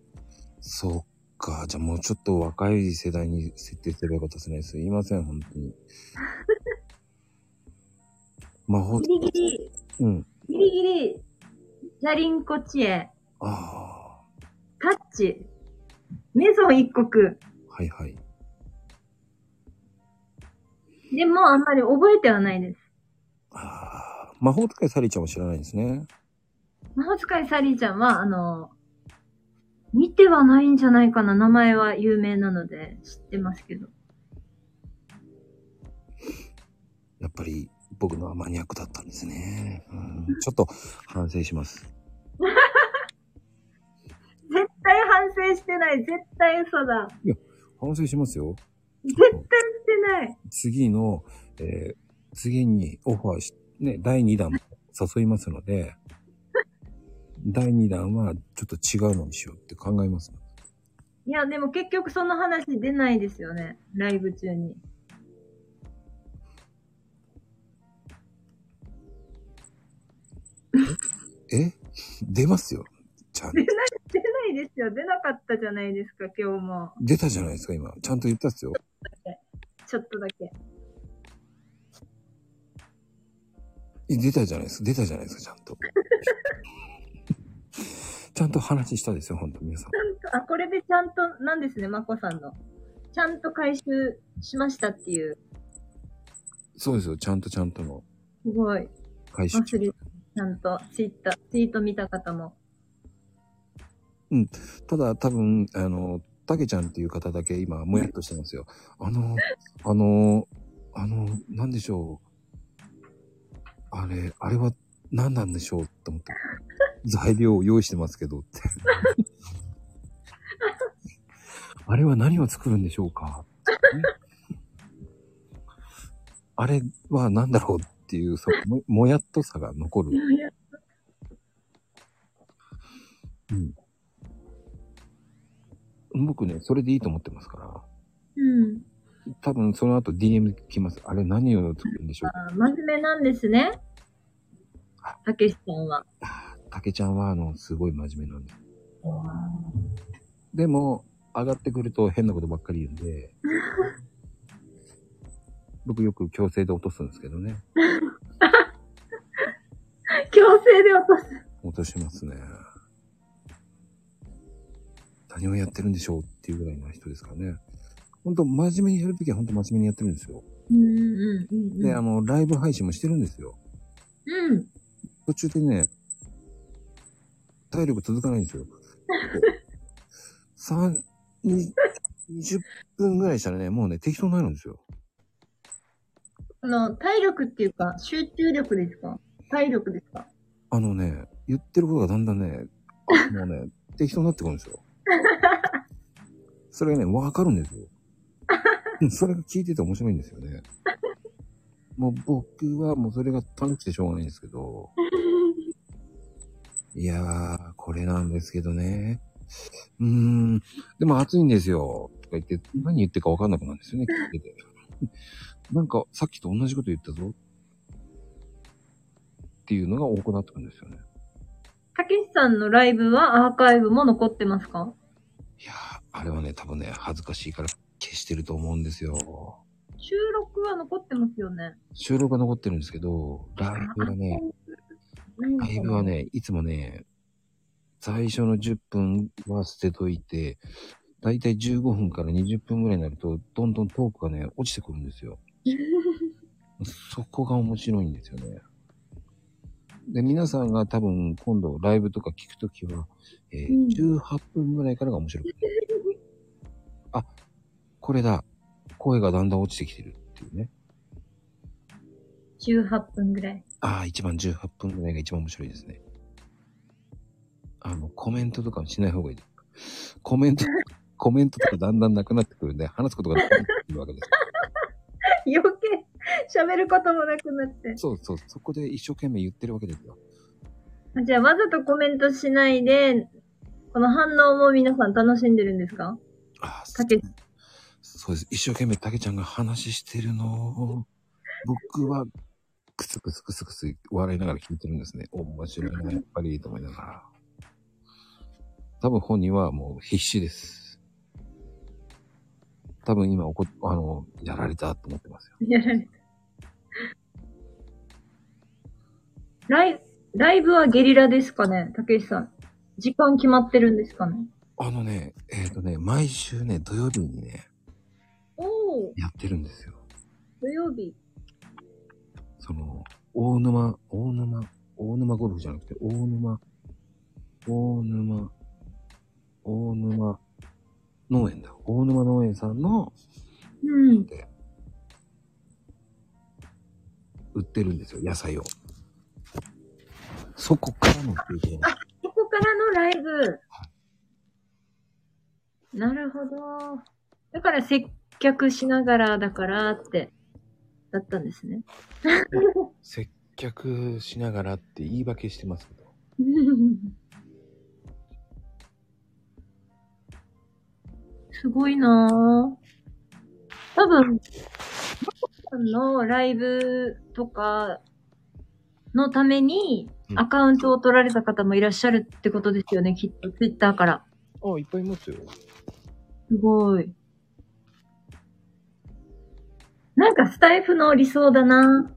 A: そっか。じゃあもうちょっと若い世代に設定すればよかったですね。すいません、本当に。魔法
B: ギ、リギリ、
A: うん。
B: ギリギリ、ジャリンコ知恵、
A: ああ、
B: タッチ、メゾン一国。
A: はいはい。
B: でもあんまり覚えてはないです。
A: ああ、魔法使いサリーちゃんも知らないんですね。
B: 魔法使いサリーちゃんは、あの、見てはないんじゃないかな。名前は有名なので知ってますけど。
A: やっぱり僕のはマニアックだったんですね。うん、ちょっと反省します。
B: 絶対反省してない。絶対嘘だ。
A: 反省しますよ。
B: 絶対してない。
A: 次の、えー次にオファーし、ね、第2弾も誘いますので、第2弾はちょっと違うのにしようって考えます。
B: いや、でも結局その話出ないですよね。ライブ中に。
A: え出ますよ。ちゃん、
B: 出ない、出ないですよ。出なかったじゃないですか、今日も。
A: 出たじゃないですか、今。ちゃんと言ったっすよ。
B: ちょっとだけ。
A: え出たじゃないですか、出たじゃないですか、ちゃんと。ちゃんと話したですよ、本当皆さん。
B: あ、これでちゃんと、なんですね、まこさんの。ちゃんと回収しましたっていう。
A: そうですよ、ちゃんとちゃんとの
B: すごい。
A: 回収。
B: 忘れちゃんと、ツイッター、ツイート見た方も。
A: ただ、多分、あの、たけちゃんっていう方だけ今、もやっとしてますよ。あの、あの、あの、なんでしょう。あれ、あれは何なんでしょうって思って。材料を用意してますけどって。あれは何を作るんでしょうか、ねあれは何だろうっていう、そのももやっとさが残る。僕ね、それでいいと思ってますか
B: うん。
A: ら。多分その後 DM 来ます。あれ何を作るんでしょう
B: あー真面目なんですね。たけしさんは。
A: たけちゃんは、あの、すごい真面目なんです。でも、上がってくると変なことばっかり言うん で、僕よく強制で落とすんですけどね。
B: 強制で落とす。
A: 落としますね。何をやってるんでしょうっていうぐらいな人ですからね。本当真面目にやるときは本当真面目にやってるんですよ。
B: うんうんうん
A: で、あの、ライブ配信もしてるんですよ。
B: うん。うん。
A: 途中でね、体力続かないんですよ。三、二、20分ぐらいしたらね、もうね、適当になるんですよ。
B: あの、体力っていうか、集中力ですか体力ですか
A: あのね、言ってることがだんだんね、あもうね、適当になってくるんですよ。それがね、わかるんですよ。それが聞いてて面白いんですよね。もう僕はもうそれが楽しくてしょうがないんですけど。いやー、これなんですけどね。うーん、でも暑いんですよ。とか言って、何言ってるかわかんなくなるんですよね、聞いてて。なんか、さっきと同じこと言ったぞ。っていうのが多くなってくるんですよね。
B: たけしさんのライブはアーカイブも残ってますか
A: いやー、あれはね、多分ね、恥ずかしいから消してると思うんですよ。
B: 収録は残ってますよね。
A: 収録が残ってるんですけど、ライブがね、ライブはね、いつもね、最初の10分は捨てといて、だいたい15分から20分ぐらいになると、どんどんトークがね、落ちてくるんですよ。そこが面白いんですよね。で、皆さんが多分今度ライブとか聞くときは、えー
B: う
A: 18分ぐらいからが面白くて。あ、これだ。声がだんだん落ちてきてるっていうね。
B: 18分ぐらい。
A: ああ、一番18分ぐらいが一番面白いですね。あの、コメントとかしない方がいい。コメント、 コメントとかだんだんなくなってくるんで、話すことがなくなってくるわけです。
B: 余計、喋ることもなくなって。
A: そうそう、そこで一生懸命言ってるわけですよ。
B: あじゃあ、わざとコメントしないで、この反応も皆さん楽しんでるんですか
A: ああ、
B: たけ
A: そうです。一生懸命たけちゃんが話してるのを、僕はクスクスクスクス笑いながら聞いてるんですね。面白いな、やっぱりと思いながら。多分本人はもう必死です。多分今怒っ、あの、やられたと思ってますよ。
B: やられた。ライ、ライブはゲリラですかねたけしさん。時間決まってるんですかね
A: あのね、えっ、とね、毎週ね、土曜日にね、
B: おお
A: やってるんですよ。
B: 土曜日。
A: その、大沼、大沼、大沼ゴルフじゃなくて、大沼、大沼、大沼農園だ。大沼農園さんの
B: うん。
A: 売ってるんですよ、野菜を。そこからの休憩なんです
B: ここからのライブ。なるほど。だから接客しながらだからって、だったんですね。
A: 接客しながらって言い訳してますけど。
B: すごいなぁ。多分、マコさんのライブとかのために
A: うん
B: アカウントを取られた方もいらっしゃるってことですよね、きっと。ツイッターから。
A: あ、いっぱいいますよ。
B: すごい。なんかスタイフの理想だなぁ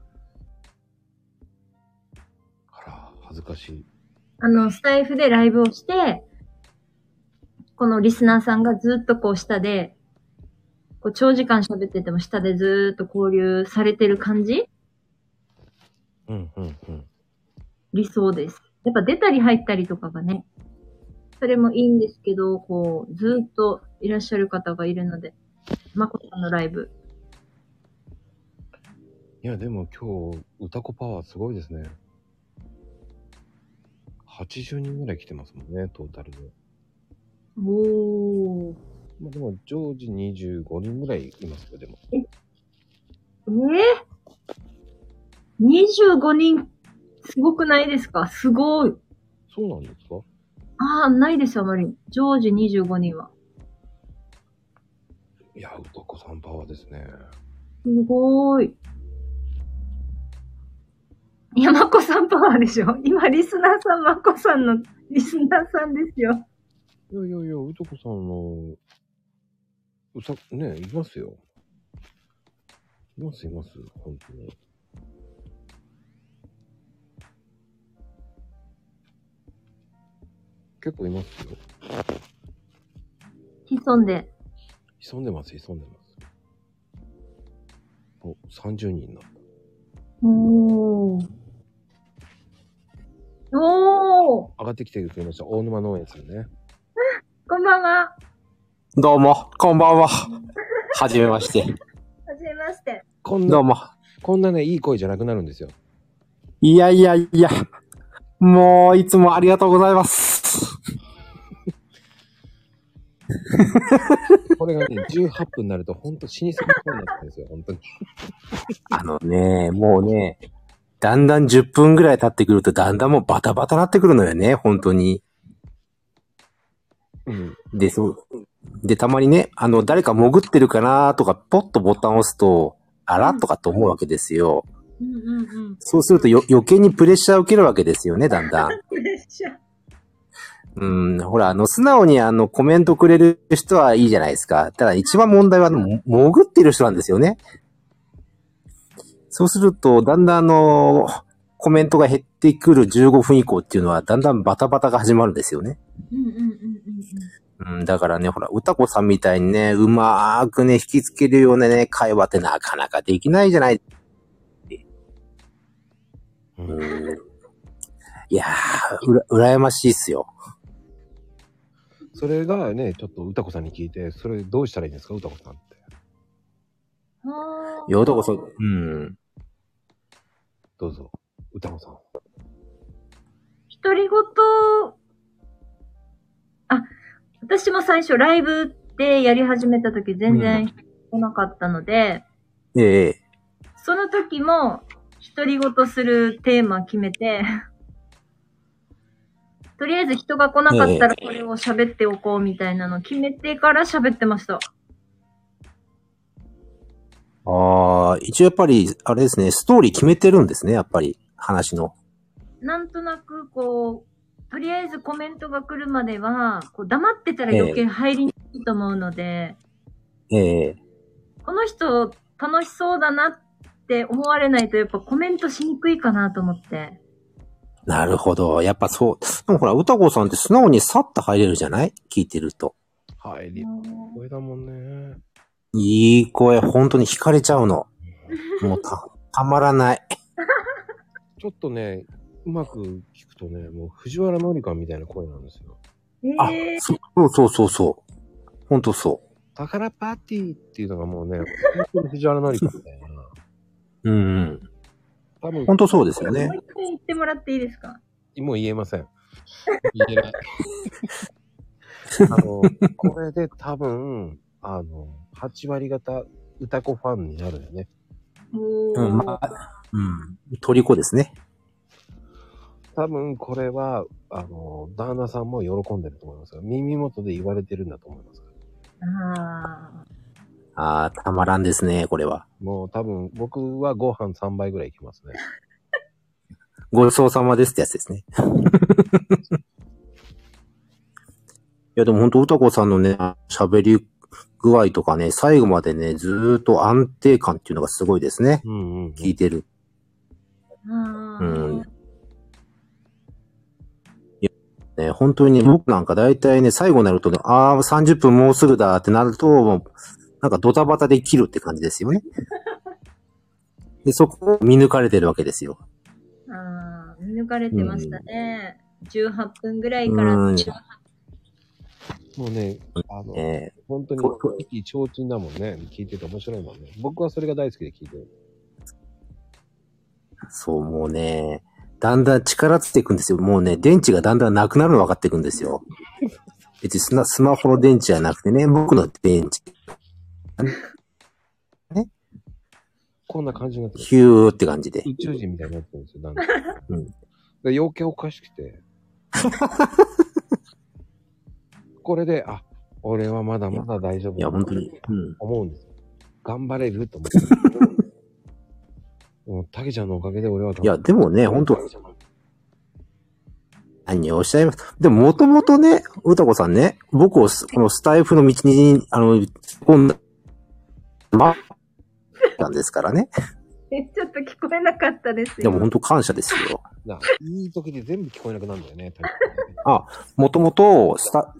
A: あら、恥ずかしい。
B: あの、スタイフでライブをして、このリスナーさんがずっとこう下で、こう長時間喋ってても下でずーっと交流されてる感じ
A: うんうんうん。
B: 理想です。やっぱ出たり入ったりとかがね、それもいいんですけど、こう、ずーっといらっしゃる方がいるので、まこさんのライブ。
A: いや、でも今日、歌子パワーすごいですね。80人ぐらい来てますもんね、トータルで。
B: おー。
A: まあでも、常時25人ぐらいいますよ、でも。
B: えぇ、?25 人、すごくないですかすごい。
A: そうなんですか
B: ああ、ないですよ、あまり。常時25人は。
A: いや、男さんパワーですね。
B: すごーい。山子さんパワーでしょ今、リスナーさん、まこさんのリスナーさんですよ。
A: いやいやいや、うとこさんの、うさ、ね、いますよ。いますいます、本当に。結構いますよ。
B: 潜んで。
A: 潜んでます、潜んでます。お、30人になっ
B: おー。おー
A: た。上がってきてくれました、大沼農園さんね。
B: こんばんは。
D: どうも、こんばんは。はじめまして。
B: はじめまして。
A: こん
D: ど
A: な、
D: うも。
A: こんなね、いい声じゃなくなるんですよ。
D: いやいやいや。もう、いつもありがとうございます。
A: これがね、18分に なると、ほんと死にそうな声になってくるんですよ、本当に。
D: あのね、もうね、だんだん10分ぐらい経ってくると、だんだんもうバタバタなってくるのよね、本当に。
A: うん。
D: で、そう。で、たまにね、あの、誰か潜ってるかなとか、ポッとボタンを押すと、あらとかと思うわけですよ。
B: うんうんうん。
D: そうするとよ余計にプレッシャーを受けるわけですよね、だんだん。
B: プレッシャー。
D: うん、ほら、あの、素直にあの、コメントくれる人はいいじゃないですか。ただ一番問題は、あのも潜ってる人なんですよね。そうすると、だんだんあの、コメントが減ってくる15分以降っていうのは、だんだんバタバタが始まるんですよね。
B: うんうんうんうん
D: うん、だからね、ほら、歌子さんみたいにね、うまーくね、引きつけるようなね、会話ってなかなかできないじゃない。うん。いやー、うら、羨ましいっすよ。
A: それがね、ちょっと歌子さんに聞いて、それどうしたらいいんですか、歌子さんって。
B: うん。あー
D: よどこそ、うん。
A: どうぞ、歌子さん。
B: 独り言、あ、私も最初ライブでやり始めた時全然来なかったので、
D: ええ
B: その時も独り言するテーマ決めて、 とりあえず人が来なかったらこれを喋っておこうみたいなの決めてから喋ってました。
D: ああ、一応やっぱり、あれですね、ストーリー決めてるんですね、やっぱり、話の。
B: なんとなくこう、とりあえずコメントが来るまでは、こう黙ってたら余計入りにくいと思うので、
D: ええ
B: この人楽しそうだなって思われないとやっぱコメントしにくいかなと思って。
D: なるほど。やっぱそう。でもほら、歌子さんって素直にさっと入れるじゃない聞いてると。
A: 入り、声だもんね。
D: いい声、本当に惹かれちゃうの。もうた、たまらない。
A: ちょっとね、うまく聞くとね、もう藤原紀香みたいな声なんですよ。
D: あ
B: えー、、
D: そうそうそうそう。本当そ
A: 宝パーティーっていうのがもうね、本当に藤原紀香みたいな。
D: う。うん、
A: 多
D: うん。
A: 分、
D: 本当そうですよね
B: もう。一回言ってもらっていいですか
A: もう言えません。言えない。あの、これで多分、あの、8割方歌子ファンになるよね。
B: おー
D: うん、まあ、うん。虜ですね。
A: 多分これは、あの、旦那さんも喜んでると思いますよ。耳元で言われてるんだと思います。
B: あ
D: ああ、たまらんですね、これは。
A: もう多分、僕はご飯3杯ぐらいいきますね。
D: ごちそうさまですってやつですね。 いや、でも本当歌子さんのね、喋り具合とかね、最後までね、ずーっと安定感っていうのがすごいですね。
A: うんうん、うん。
D: 聞いてる。
B: ーあー。
D: うんね、本当に僕なんか大体ね、最後になるとね、ああ、30分もうすぐだってなると、もうなんかドタバタで切るって感じですよね。で、そこを見抜かれてるわけですよ。
B: あー見抜かれてましたね。18分ぐらいから。
D: うん
A: もうね、あの、
D: えー
A: 本当に
D: ここ
A: 意気提灯だもんね。聞いてて面白いもんね。僕はそれが大好きで聞いてる。
D: そう、もうね、だんだん力つっていくんですよ。もうね、電池がだんだんなくなるの分かっていくんですよ。別にスマスマホの電池じゃなくてね、僕の電池、
A: こんな感じになってる。
D: ヒューって感じで。
A: 宇宙人みたいになってるんですよ、だん だん。
D: うん
A: で余 計おかしくて。これで、あ、俺はまだまだ大丈夫。
D: いや、本当に。うん。
A: 思うんですよ。頑張れると思って。 もう、たけちゃんのおかげで俺は頑張
D: いや、でもね、本当
A: タケちゃんの
D: 何をおっしゃいます。でも、もともとね、歌子さんね、僕をすこのスタイフの道に、あの、こんな、ま、たんですからね。
B: ちょっと聞こえなかったです
D: で
B: よ。
D: も本当感謝ですよ。
A: ないい時で全部聞こえなくなるんだよね、タケちゃんね
D: もともと、スタ、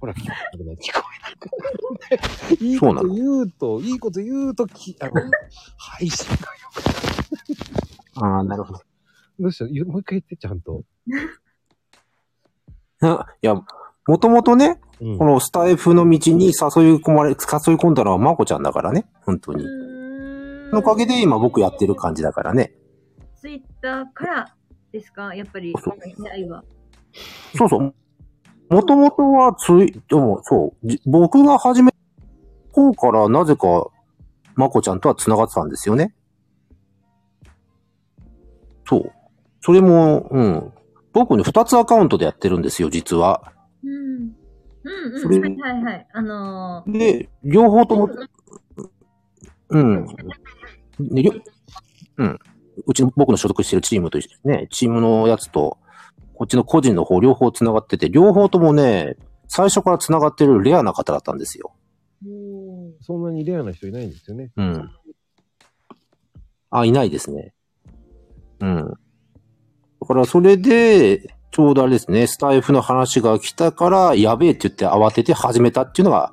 A: ほら、聞こえなくなる。聞こえなくなる。いいこと言うと、いいこと言うと、きあの、配信が
D: ああ、なるほど。
A: どうしたゆもう一回言って、ちゃんと。
D: いや、もともとね、
A: うん
D: こ。のスタイフの道に誘い込まれ、誘い込んだのはまこちゃんだからね、本当に。
B: うーん
D: のおかげで今僕やってる感じだからね。
B: ツイッターからですかやっぱり、
D: そう
B: 出会いは。
D: そうそう。もともとはつい、でもそう、じ僕が始めた方からなぜか、まこちゃんとは繋がってたんですよね。そう。それも、うん。僕ね、二つアカウントでやってるんですよ、実は。
B: うん。うん
D: そ
B: うん。
D: れ
B: はいはいはい。あのー、
D: で、両方とも、うん。でりょうん。うちの、僕の所属してるチームと一緒にね、チームのやつと、こっちの個人の方、両方繋がってて、両方ともね、最初から繋がってるレアな方だったんですよ。
A: そんなにレアな人いないんですよね。
D: うん。あ、いないですね。うん。だから、それで、ちょうどあれですね、スタイフの話が来たから、やべえって言って慌てて始めたっていうのが、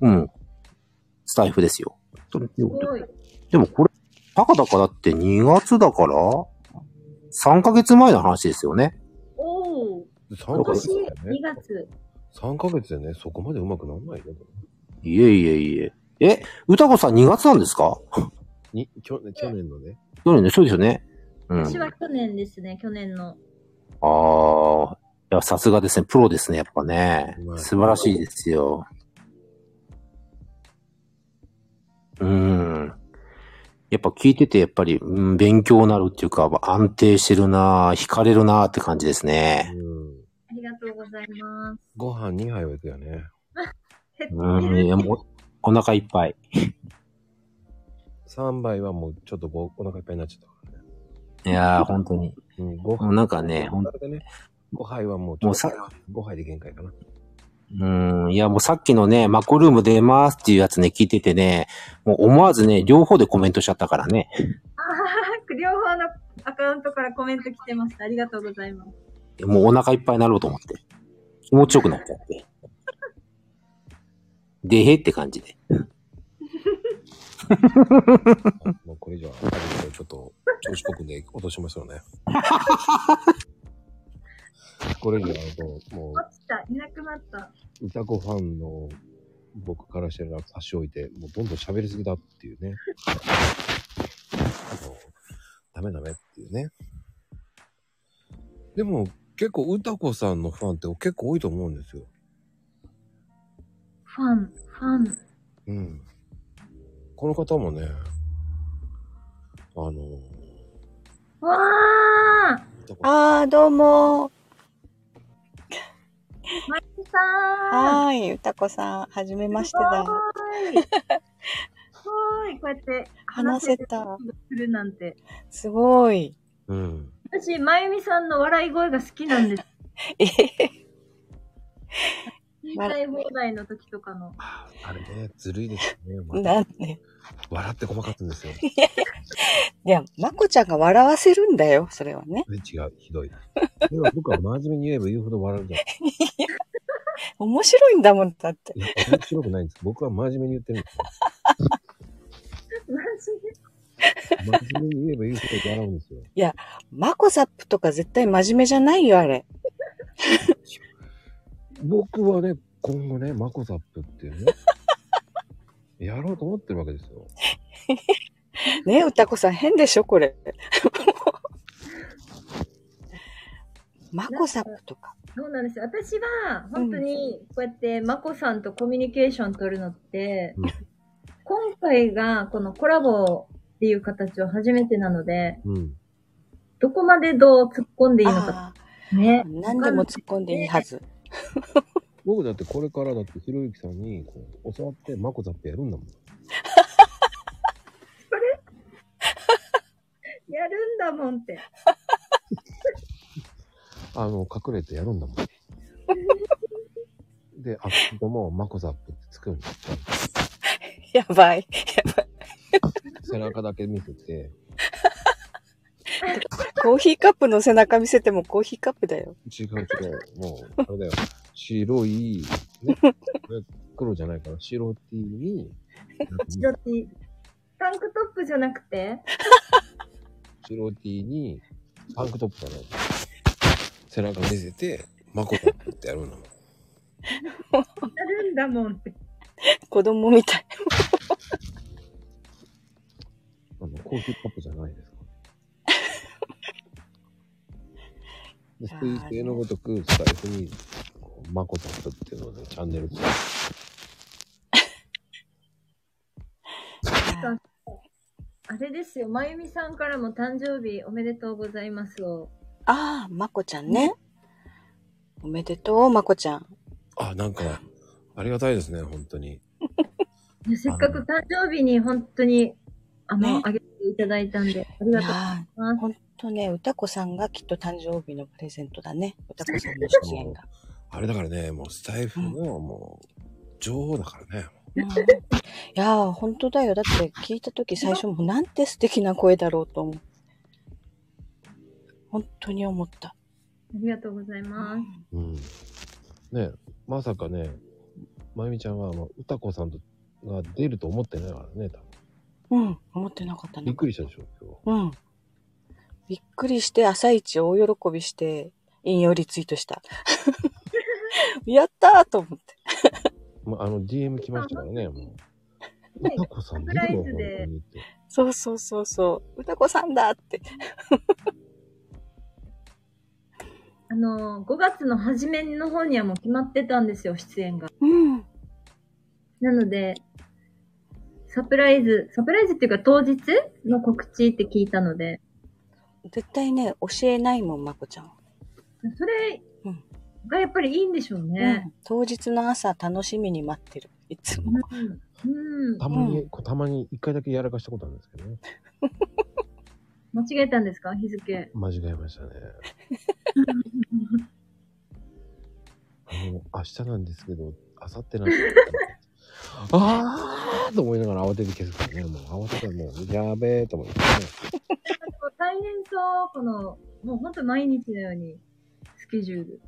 D: うん、スタイフですよ。
B: すごい。
D: でもこれ、たかだかだって2月だから、3ヶ月前の話ですよね。
B: おお。
A: 3
B: 今
A: ヶ
B: 年
A: 月だよね
B: 2。月。
A: 3ヶ月でね、そこまで上手くならないよ。
D: いえいえいえ。え、歌子さん2月なんですか
A: に去去年のね。
D: 去年ね、そうですよね。うん。
B: 私は去年ですね、去年の。
D: ああ、いや、さすがですね。プロですね、やっぱね
A: う。まい
D: 素晴らしいですよ。うーん。やっぱ聞いてて、やっぱり、うん、勉強になるっていうか、安定してるなぁ惹かれるなぁって感じですね。
A: うん。
B: ありがとうございます。
A: ご飯2杯は行くよね。
B: 減
D: う
B: って
D: ん、い
B: る
D: や、もう、お腹いっぱい。
A: 3杯はもうちょっとごお腹いっぱいになっちゃったからね。
D: いやー、本当に。
A: うん、ご
D: もう
A: 飯。
D: なんかね、ほん、う
A: それでね、5杯はもうちょ
D: も
A: っ
D: う
A: と
D: さ、
A: 5杯で限界かな。
D: ーん、いや、もうさっきのね、マコルーム出ますっていうやつね、聞いててね、もう思わずね、両方でコメントしちゃったからね。
B: 両方のアカウントからコメント来てました。ありがとうございます。
D: もうお腹いっぱいになろうと思って。気持ちよくなっちゃって。でへって感じで。
A: もうこれ以上上がるとちょっと調子こくんで落としましょう ね。これ以上上がると、も
B: 落ちた。いなくなった。
A: う歌子ファンの僕からしたら差し置いて、もうどんどん喋りすぎだっていうね。あと、ダメダメっていうね。でも結構歌子さんのファンって結構多いと思うんですよ。
B: ファン、ファン。
A: うん。この方もね、あの、
B: わー
A: 歌子さん
E: あー、どうも。
B: マリさん
E: はーい、歌子さん、はじめましてだ。
B: ーい。 はーい。こうやって
E: 話せた。
B: するなんて。
E: すごい。
A: うん。
B: 私、まゆみさんの笑い声が好きなん です。
E: えへへ
B: 言いたい放題の時とか の。
A: あれね、ずるいですよね。
E: なんで。
A: 笑ってごまかすんですよ。
E: いや、まこちゃんが笑わせるんだよ、それはね。
A: 違う、ひどい。では僕は真面目に言えば言うほど笑うじゃん。
E: 面白いんだもん、だって。
A: いや面白くないんです。僕は真面目に言ってるんですよ。
B: マジで
A: 真面目に言えば言うほど笑うんですよ。
E: まこサップとか絶対真面目じゃないよ、あれ。
A: 僕はね、今後ね、マコサップっていうね、やろうと思ってるわけですよ。
E: ね歌子さん、変でしょ、こ れ。まこサップとか。
B: そうなんですよ。私は、本当に、こうやって、まこさんとコミュニケーション取るのって、
A: うん
B: 今回が、このコラボっていう形は初めてなので、
A: うん。
B: どこまでどう突っ込んでいいのか
E: ああ、
B: ね。
E: 何でも突っ込んでいいはず。
A: 僕だってこれからだってひろゆきさんにこう教わってマコザってやるんだもん。
B: やるんだもんって。
A: あの、隠れてやるんだもん。で、アカウントもマコザップって作るんだって。
E: やばい。
A: 背中だけ見せて、
E: コーヒーカップの背中見せてもコーヒーカップだよ。
A: 違う違う、もう、あれだよ。白い、ね、これ黒じゃないから、白 T に、
B: 白 T。タンクトップじゃなくて
A: 白 T に、タンクトップじゃない。背中見せて、マコザップってやるんだもん。
B: やるんだもんって。
E: 子供み たい。
A: あの、コーヒーカップじゃないですか。で、
E: やー
A: 彗星のごとく、スタイフに、こうマコタップっていうので、チャンネル作る
B: あれですよ、まゆみさんからも誕生日おめでとうございますを。
E: ああ、まこちゃんね。おめでとう、まこちゃん。
A: あ、なんか、ありがたいですね、本当に。
B: いやせっかく誕生日に本当に、あの、
E: ね
B: あげていただいたんで、あり
E: い
B: がとうござ
E: や
B: い
E: ー
B: ます。
E: ほんとね、歌子さんがきっと誕生日のプレゼントだね。歌子さんの出演が。
A: あれだからね、もうスタイフの、もう、女王だからね。
E: うんいやー、ほんとだよ。だって聞いたとき最初もなんて素敵な声だろうと思う。本当に思った。
B: ありがとうございます。
A: うん。ねまさかね、まゆみちゃんは、あの、歌子さんと、が出ると思ってないからね、多分
E: うん、思ってなかったね。
A: びっくりしたでしょ、今日。
E: うん。びっくりして、朝一大喜びして、引用リツイー トした。やったーと思って。
A: まあ、あの、DM 来ましたからね、もう。
B: ね
A: 歌子さん出るの
B: サプライズで
A: 本当にって
E: そうそうそうそう。歌子さんだって。
B: あの、5月の初めの方にはもう決まってたんですよ、出演が。
E: うん。
B: なので、サプライズ、サプライズっていうか当日の告知って聞いたので、
E: 絶対ね、教えないもん、まこちゃん。
B: それ
E: うん
B: がやっぱりいいんでしょうね。
E: 当日の朝、楽しみに待ってる。いつも。
B: うん。うん
A: たまに、こうたまに一回だけやらかしたことあるんですけどね。
B: 間違えたんですか日付。
A: 間違えましたね。あの、明日なんですけど、明後日なんですけど。あーと思いながら慌てて消すからね。もう慌ててもう、やべえと思ってね。
B: 大変そう、この、もうほんと毎日のように、スケジュール。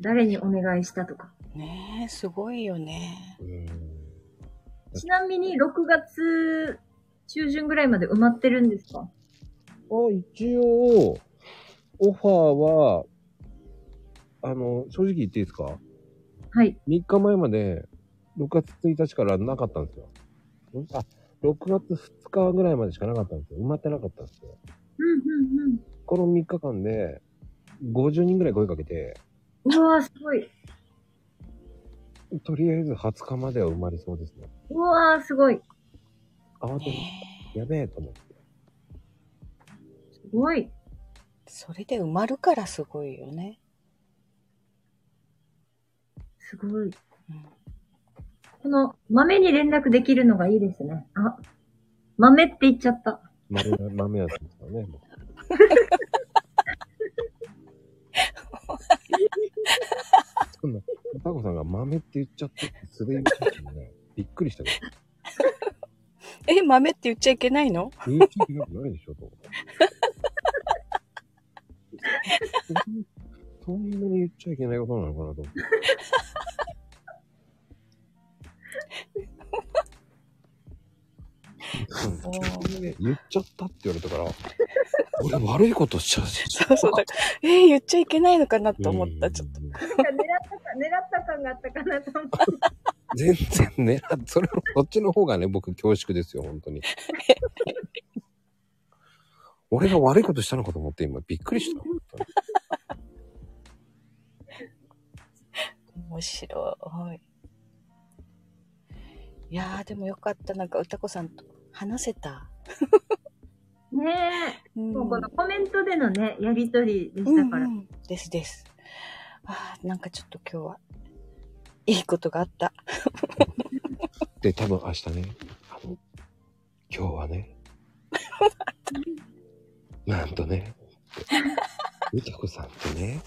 B: 誰にお願いしたとか。
E: ねえ、すごいよね。
A: うーん。
B: ちなみに6月中旬ぐらいまで埋まってるんですか
A: あ、一応、オファーは、あの、正直言っていいですか
B: はい。
A: 3日前まで、6月1日からなかったんですよ。んあ、6月2日ぐらいまでしかなかったんですよ。埋まってなかったんですよ。
B: うん
A: この3日間で、50人ぐらい声かけて、
B: うんうん。うわーすごい。
A: とりあえず20日までは埋まりそうですね。
B: うわーすごい。
A: 慌てて、
E: ね
A: やべえと思って。
B: すごい。
E: えそれで埋まるからすごいよね。
B: すごい。
E: うん
B: この、豆に連絡できるのがいいですね。あ、豆って言っちゃった。
A: 豆が、豆やったんですからね。もうそんな、タコさんが豆って言っちゃって、滑りましたもんね。びっくりしたけど。
E: え、豆って言っちゃいけないの
A: 言っちゃいけなくないでしょ、と 思って。そんなに言っちゃいけないことなのかなと思って。
E: おー
A: ね言っちゃったって言われたから、俺悪いことしちゃし
E: そうそうだから。えー言っちゃいけないのかなと思った、ちょっと。
A: と。
B: なんか狙ったか、狙った感があったかなと思 って。
A: 全然ね、それの、そっちの方がね、僕恐縮ですよ、本当 に。俺が悪いことしたのかと思って今びっくりした。本当に
E: 面白い。いやー、でもよかった。なんか、歌子さんと話せた。
B: ねえ。
E: うん
B: もうこのコメントでのね、やりとりでしたから。
E: うんうんですです。あーなんかちょっと今日は、いいことがあった。
A: で、多分明日ね、あの、今日はね、なんとね、うたこさんとね、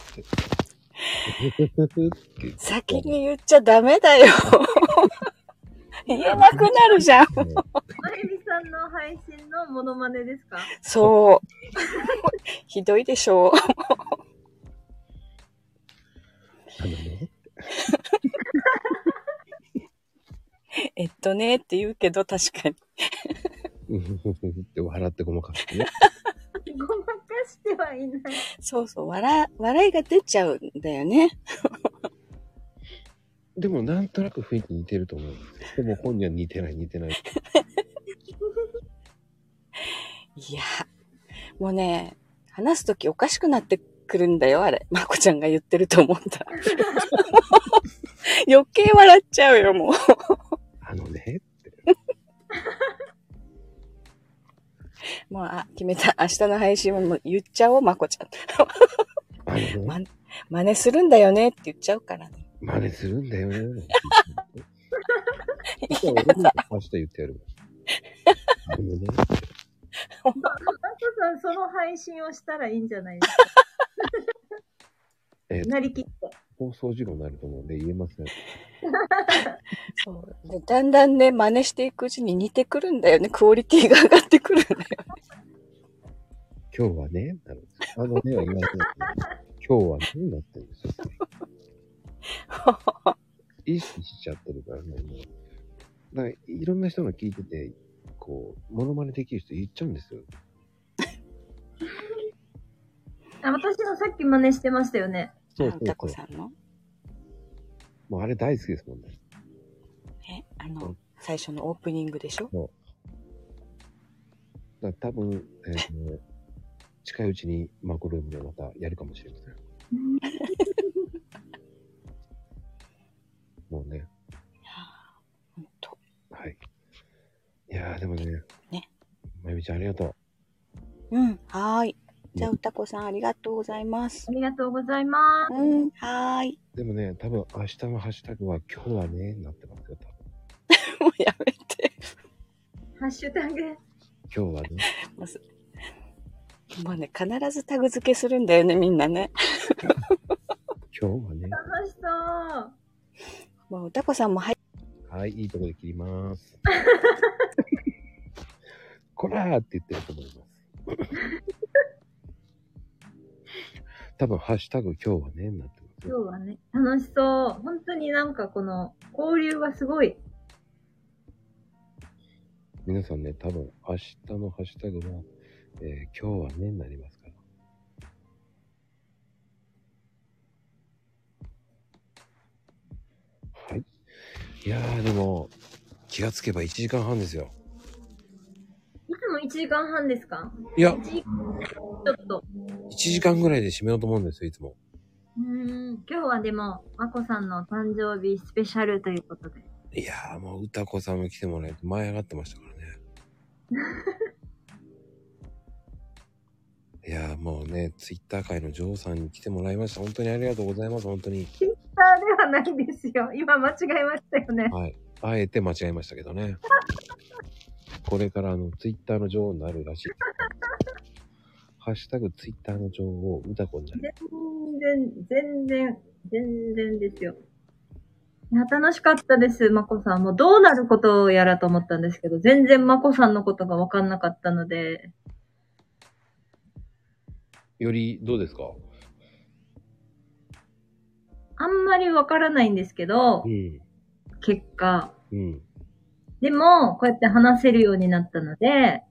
A: って
E: 先に言っちゃダメだよ。言えなくなるじゃん。
B: まゆみさんの配信のモノマネですか
E: そう。ひどいでしょう。
A: あのね、
E: えっとねって言うけど確かに。
A: うふふふって笑ってごまかしてね。
B: ごまかしてはいない。
E: そうそう、笑、笑いが出ちゃうんだよね。
A: でもなんとなく雰囲気似てると思うんですよ。でも本人は似てない似てない。
E: いや、もうね、話すときおかしくなってくるんだよ、あれ。まこちゃんが言ってると思った。余計笑っちゃうよ、もう。
A: あのね、
E: もう、あ、決めた。明 日の配信ももう言っちゃおう、まこちゃん。
A: あのね、
E: ま、真似するんだよねって言っちゃうからね。
A: 真似するんだよね。じゃあ俺も明日言ってやるわ。あのね、
B: マコさん、その配信をしたらいいんじゃないですか
A: えっと
B: なりきって。
A: 放送事故になると思うんで言えません。
E: そう。で、だんだんね、真似していくうちに似てくるんだよね。クオリティが上がってくるんだよ。
A: 今日はね、なるんですよあのねは言わなくなってる今日はね、になってるんですよ。意識しちゃってるからね、もう。だから、いろんな人の聞いてて、こう、モノマネできる人言っちゃうんですよ。
B: あ私のさっき真似してましたよね。
A: そう
E: あ
A: そ
E: ん
A: う
E: たこ
A: そう
E: さんの。
A: もうあれ大好きですもんね。
E: え、あの、最初のオープニングでしょ
A: だから多分、えー近いうちにマコルームでまたやるかもしれま せん。もうね、
E: ほんと。
A: はい。いやーでもね、
E: ね
A: まゆみちゃんありがとう。
E: うん、はーい。じゃあ、うたこさんありがとうございます
B: あ。りがとうございます。
E: うん、はーい。
A: でもね、多分明日のハッシュタグは今日はね、になってますよ、多分。
E: もうやめて。
B: ハッシュタグ。
A: 今日はね。
E: もうね、必ずタグ付けするんだよね、みんなね。
A: 今日はね。
B: 楽しそう。
E: もう、うたこさんも入っ
A: はい、いいとこで切ります。こらーって言ってると思います。多分、ハッシュタグ今日はね、になってます
B: 今
A: よ。
B: 日はね、楽しそう。本当になんかこの交流がすごい。
A: 皆さんね、多分、明日のハッシュタグは、えー今日はね、になりますから。はい。いやー、でも、気がつけば1時間半ですよ。
B: いつも1時間半ですか
A: いや
B: ?1、時間ちょっと。
A: 1時間ぐらいで締めようと思うんですよ、いつも。
B: うーん、今日はでも、まこさんの誕生日スペシャルということで。
A: いやーもう歌子さんも来てもらえて舞い上がってましたからね。いやーもうね、ツイッター界の女王さんに来てもらいました。本当にありがとうございます。本当に。
B: あではないですよ。今間違えましたよね。
A: はい。あえて間違えましたけどね。これからあの、ツイッターの女王になるらしい。ハッシュタグツイッターの女王、歌子になる。
B: 全然、全然、全然ですよ。いや、楽しかったです、まこさん。もうどうなることをやらと思ったんですけど、全然まこさんのことがわかんなかったので、
A: より、どうですか
B: あんまりわからないんですけど
A: う、ん。
B: 結果。
A: うん。
B: でも、こうやって話せるようになったので、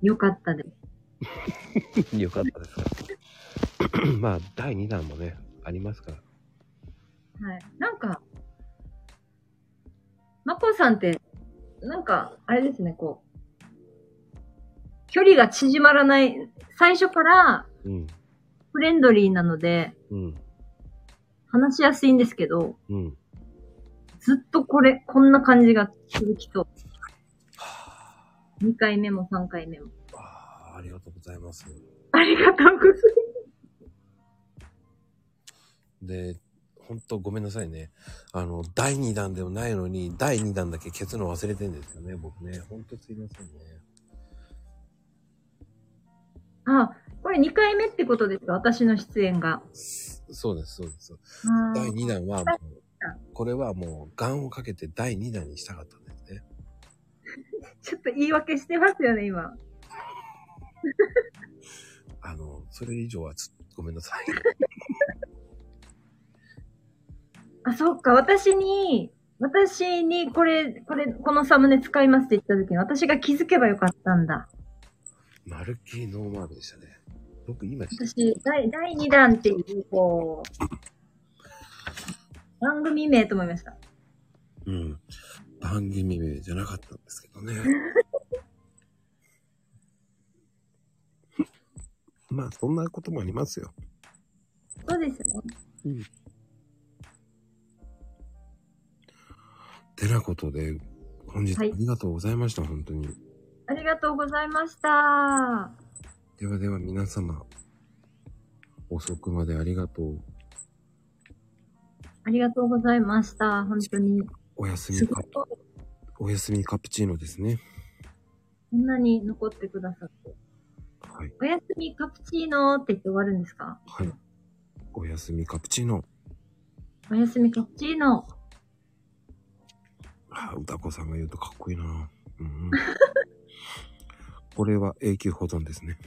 B: よかったです。
A: よかったです か。まあ、第2弾もね、ありますから。
B: はい。なんか、まこさんって、なんか、あれですね、こう、距離が縮まらない、最初から
A: うん。
B: フレンドリーなので、
A: うん。
B: 話しやすいんですけど、
A: うん。
B: ずっとこれ、こんな感じが続きそう。2回目も3回目も。
A: ああ、ありがとうございます。
B: ありがとうございます。
A: で、ほんとごめんなさいね。あの、第2弾でもないのに、第2弾だけ消すの忘れてんですよね、僕ね。ほんとすいませんね。
B: あ、これ2回目ってことですか私の出演が。
A: そうです、そうです。
B: あ
A: 第
B: ー
A: 2弾はもう、これはもう、願をかけて第2弾にしたかったんですね。
B: ちょっと言い訳してますよね、今。
A: あの、それ以上はつ、ごめんな さい。
B: あ、そっか、私に、私にこれ、これ、このサムネ使いますって言った時に私が気づけばよかったんだ。
A: まるっきりノーマークでしたね。僕今知っ
B: 私、第第2弾っていう、こう、番組名と思いました。
A: うん。番組名じゃなかったんですけど ね。まあ、そんなこともありますよ。
B: そうですね。
A: てなことで、本日あ
B: はい
A: りがとうございました、本当に。
B: ありがとうございました。
A: ではでは皆様、遅くまでありがとう。
B: ありがとうございました。本当に。
A: おやすみ
B: す
A: カ
B: ご
A: プ
B: い、こ
A: おやすみカプチーノですね。
B: んなに残ってくださって。
A: はい。
B: おやすみカプチーノって言って終わるんですか
A: はい。おやすみカプチーノ。
B: おやすみカプチーノ。
A: ああ、歌子さんが言うとかっこいいな。うんうん。これは永久保存ですね。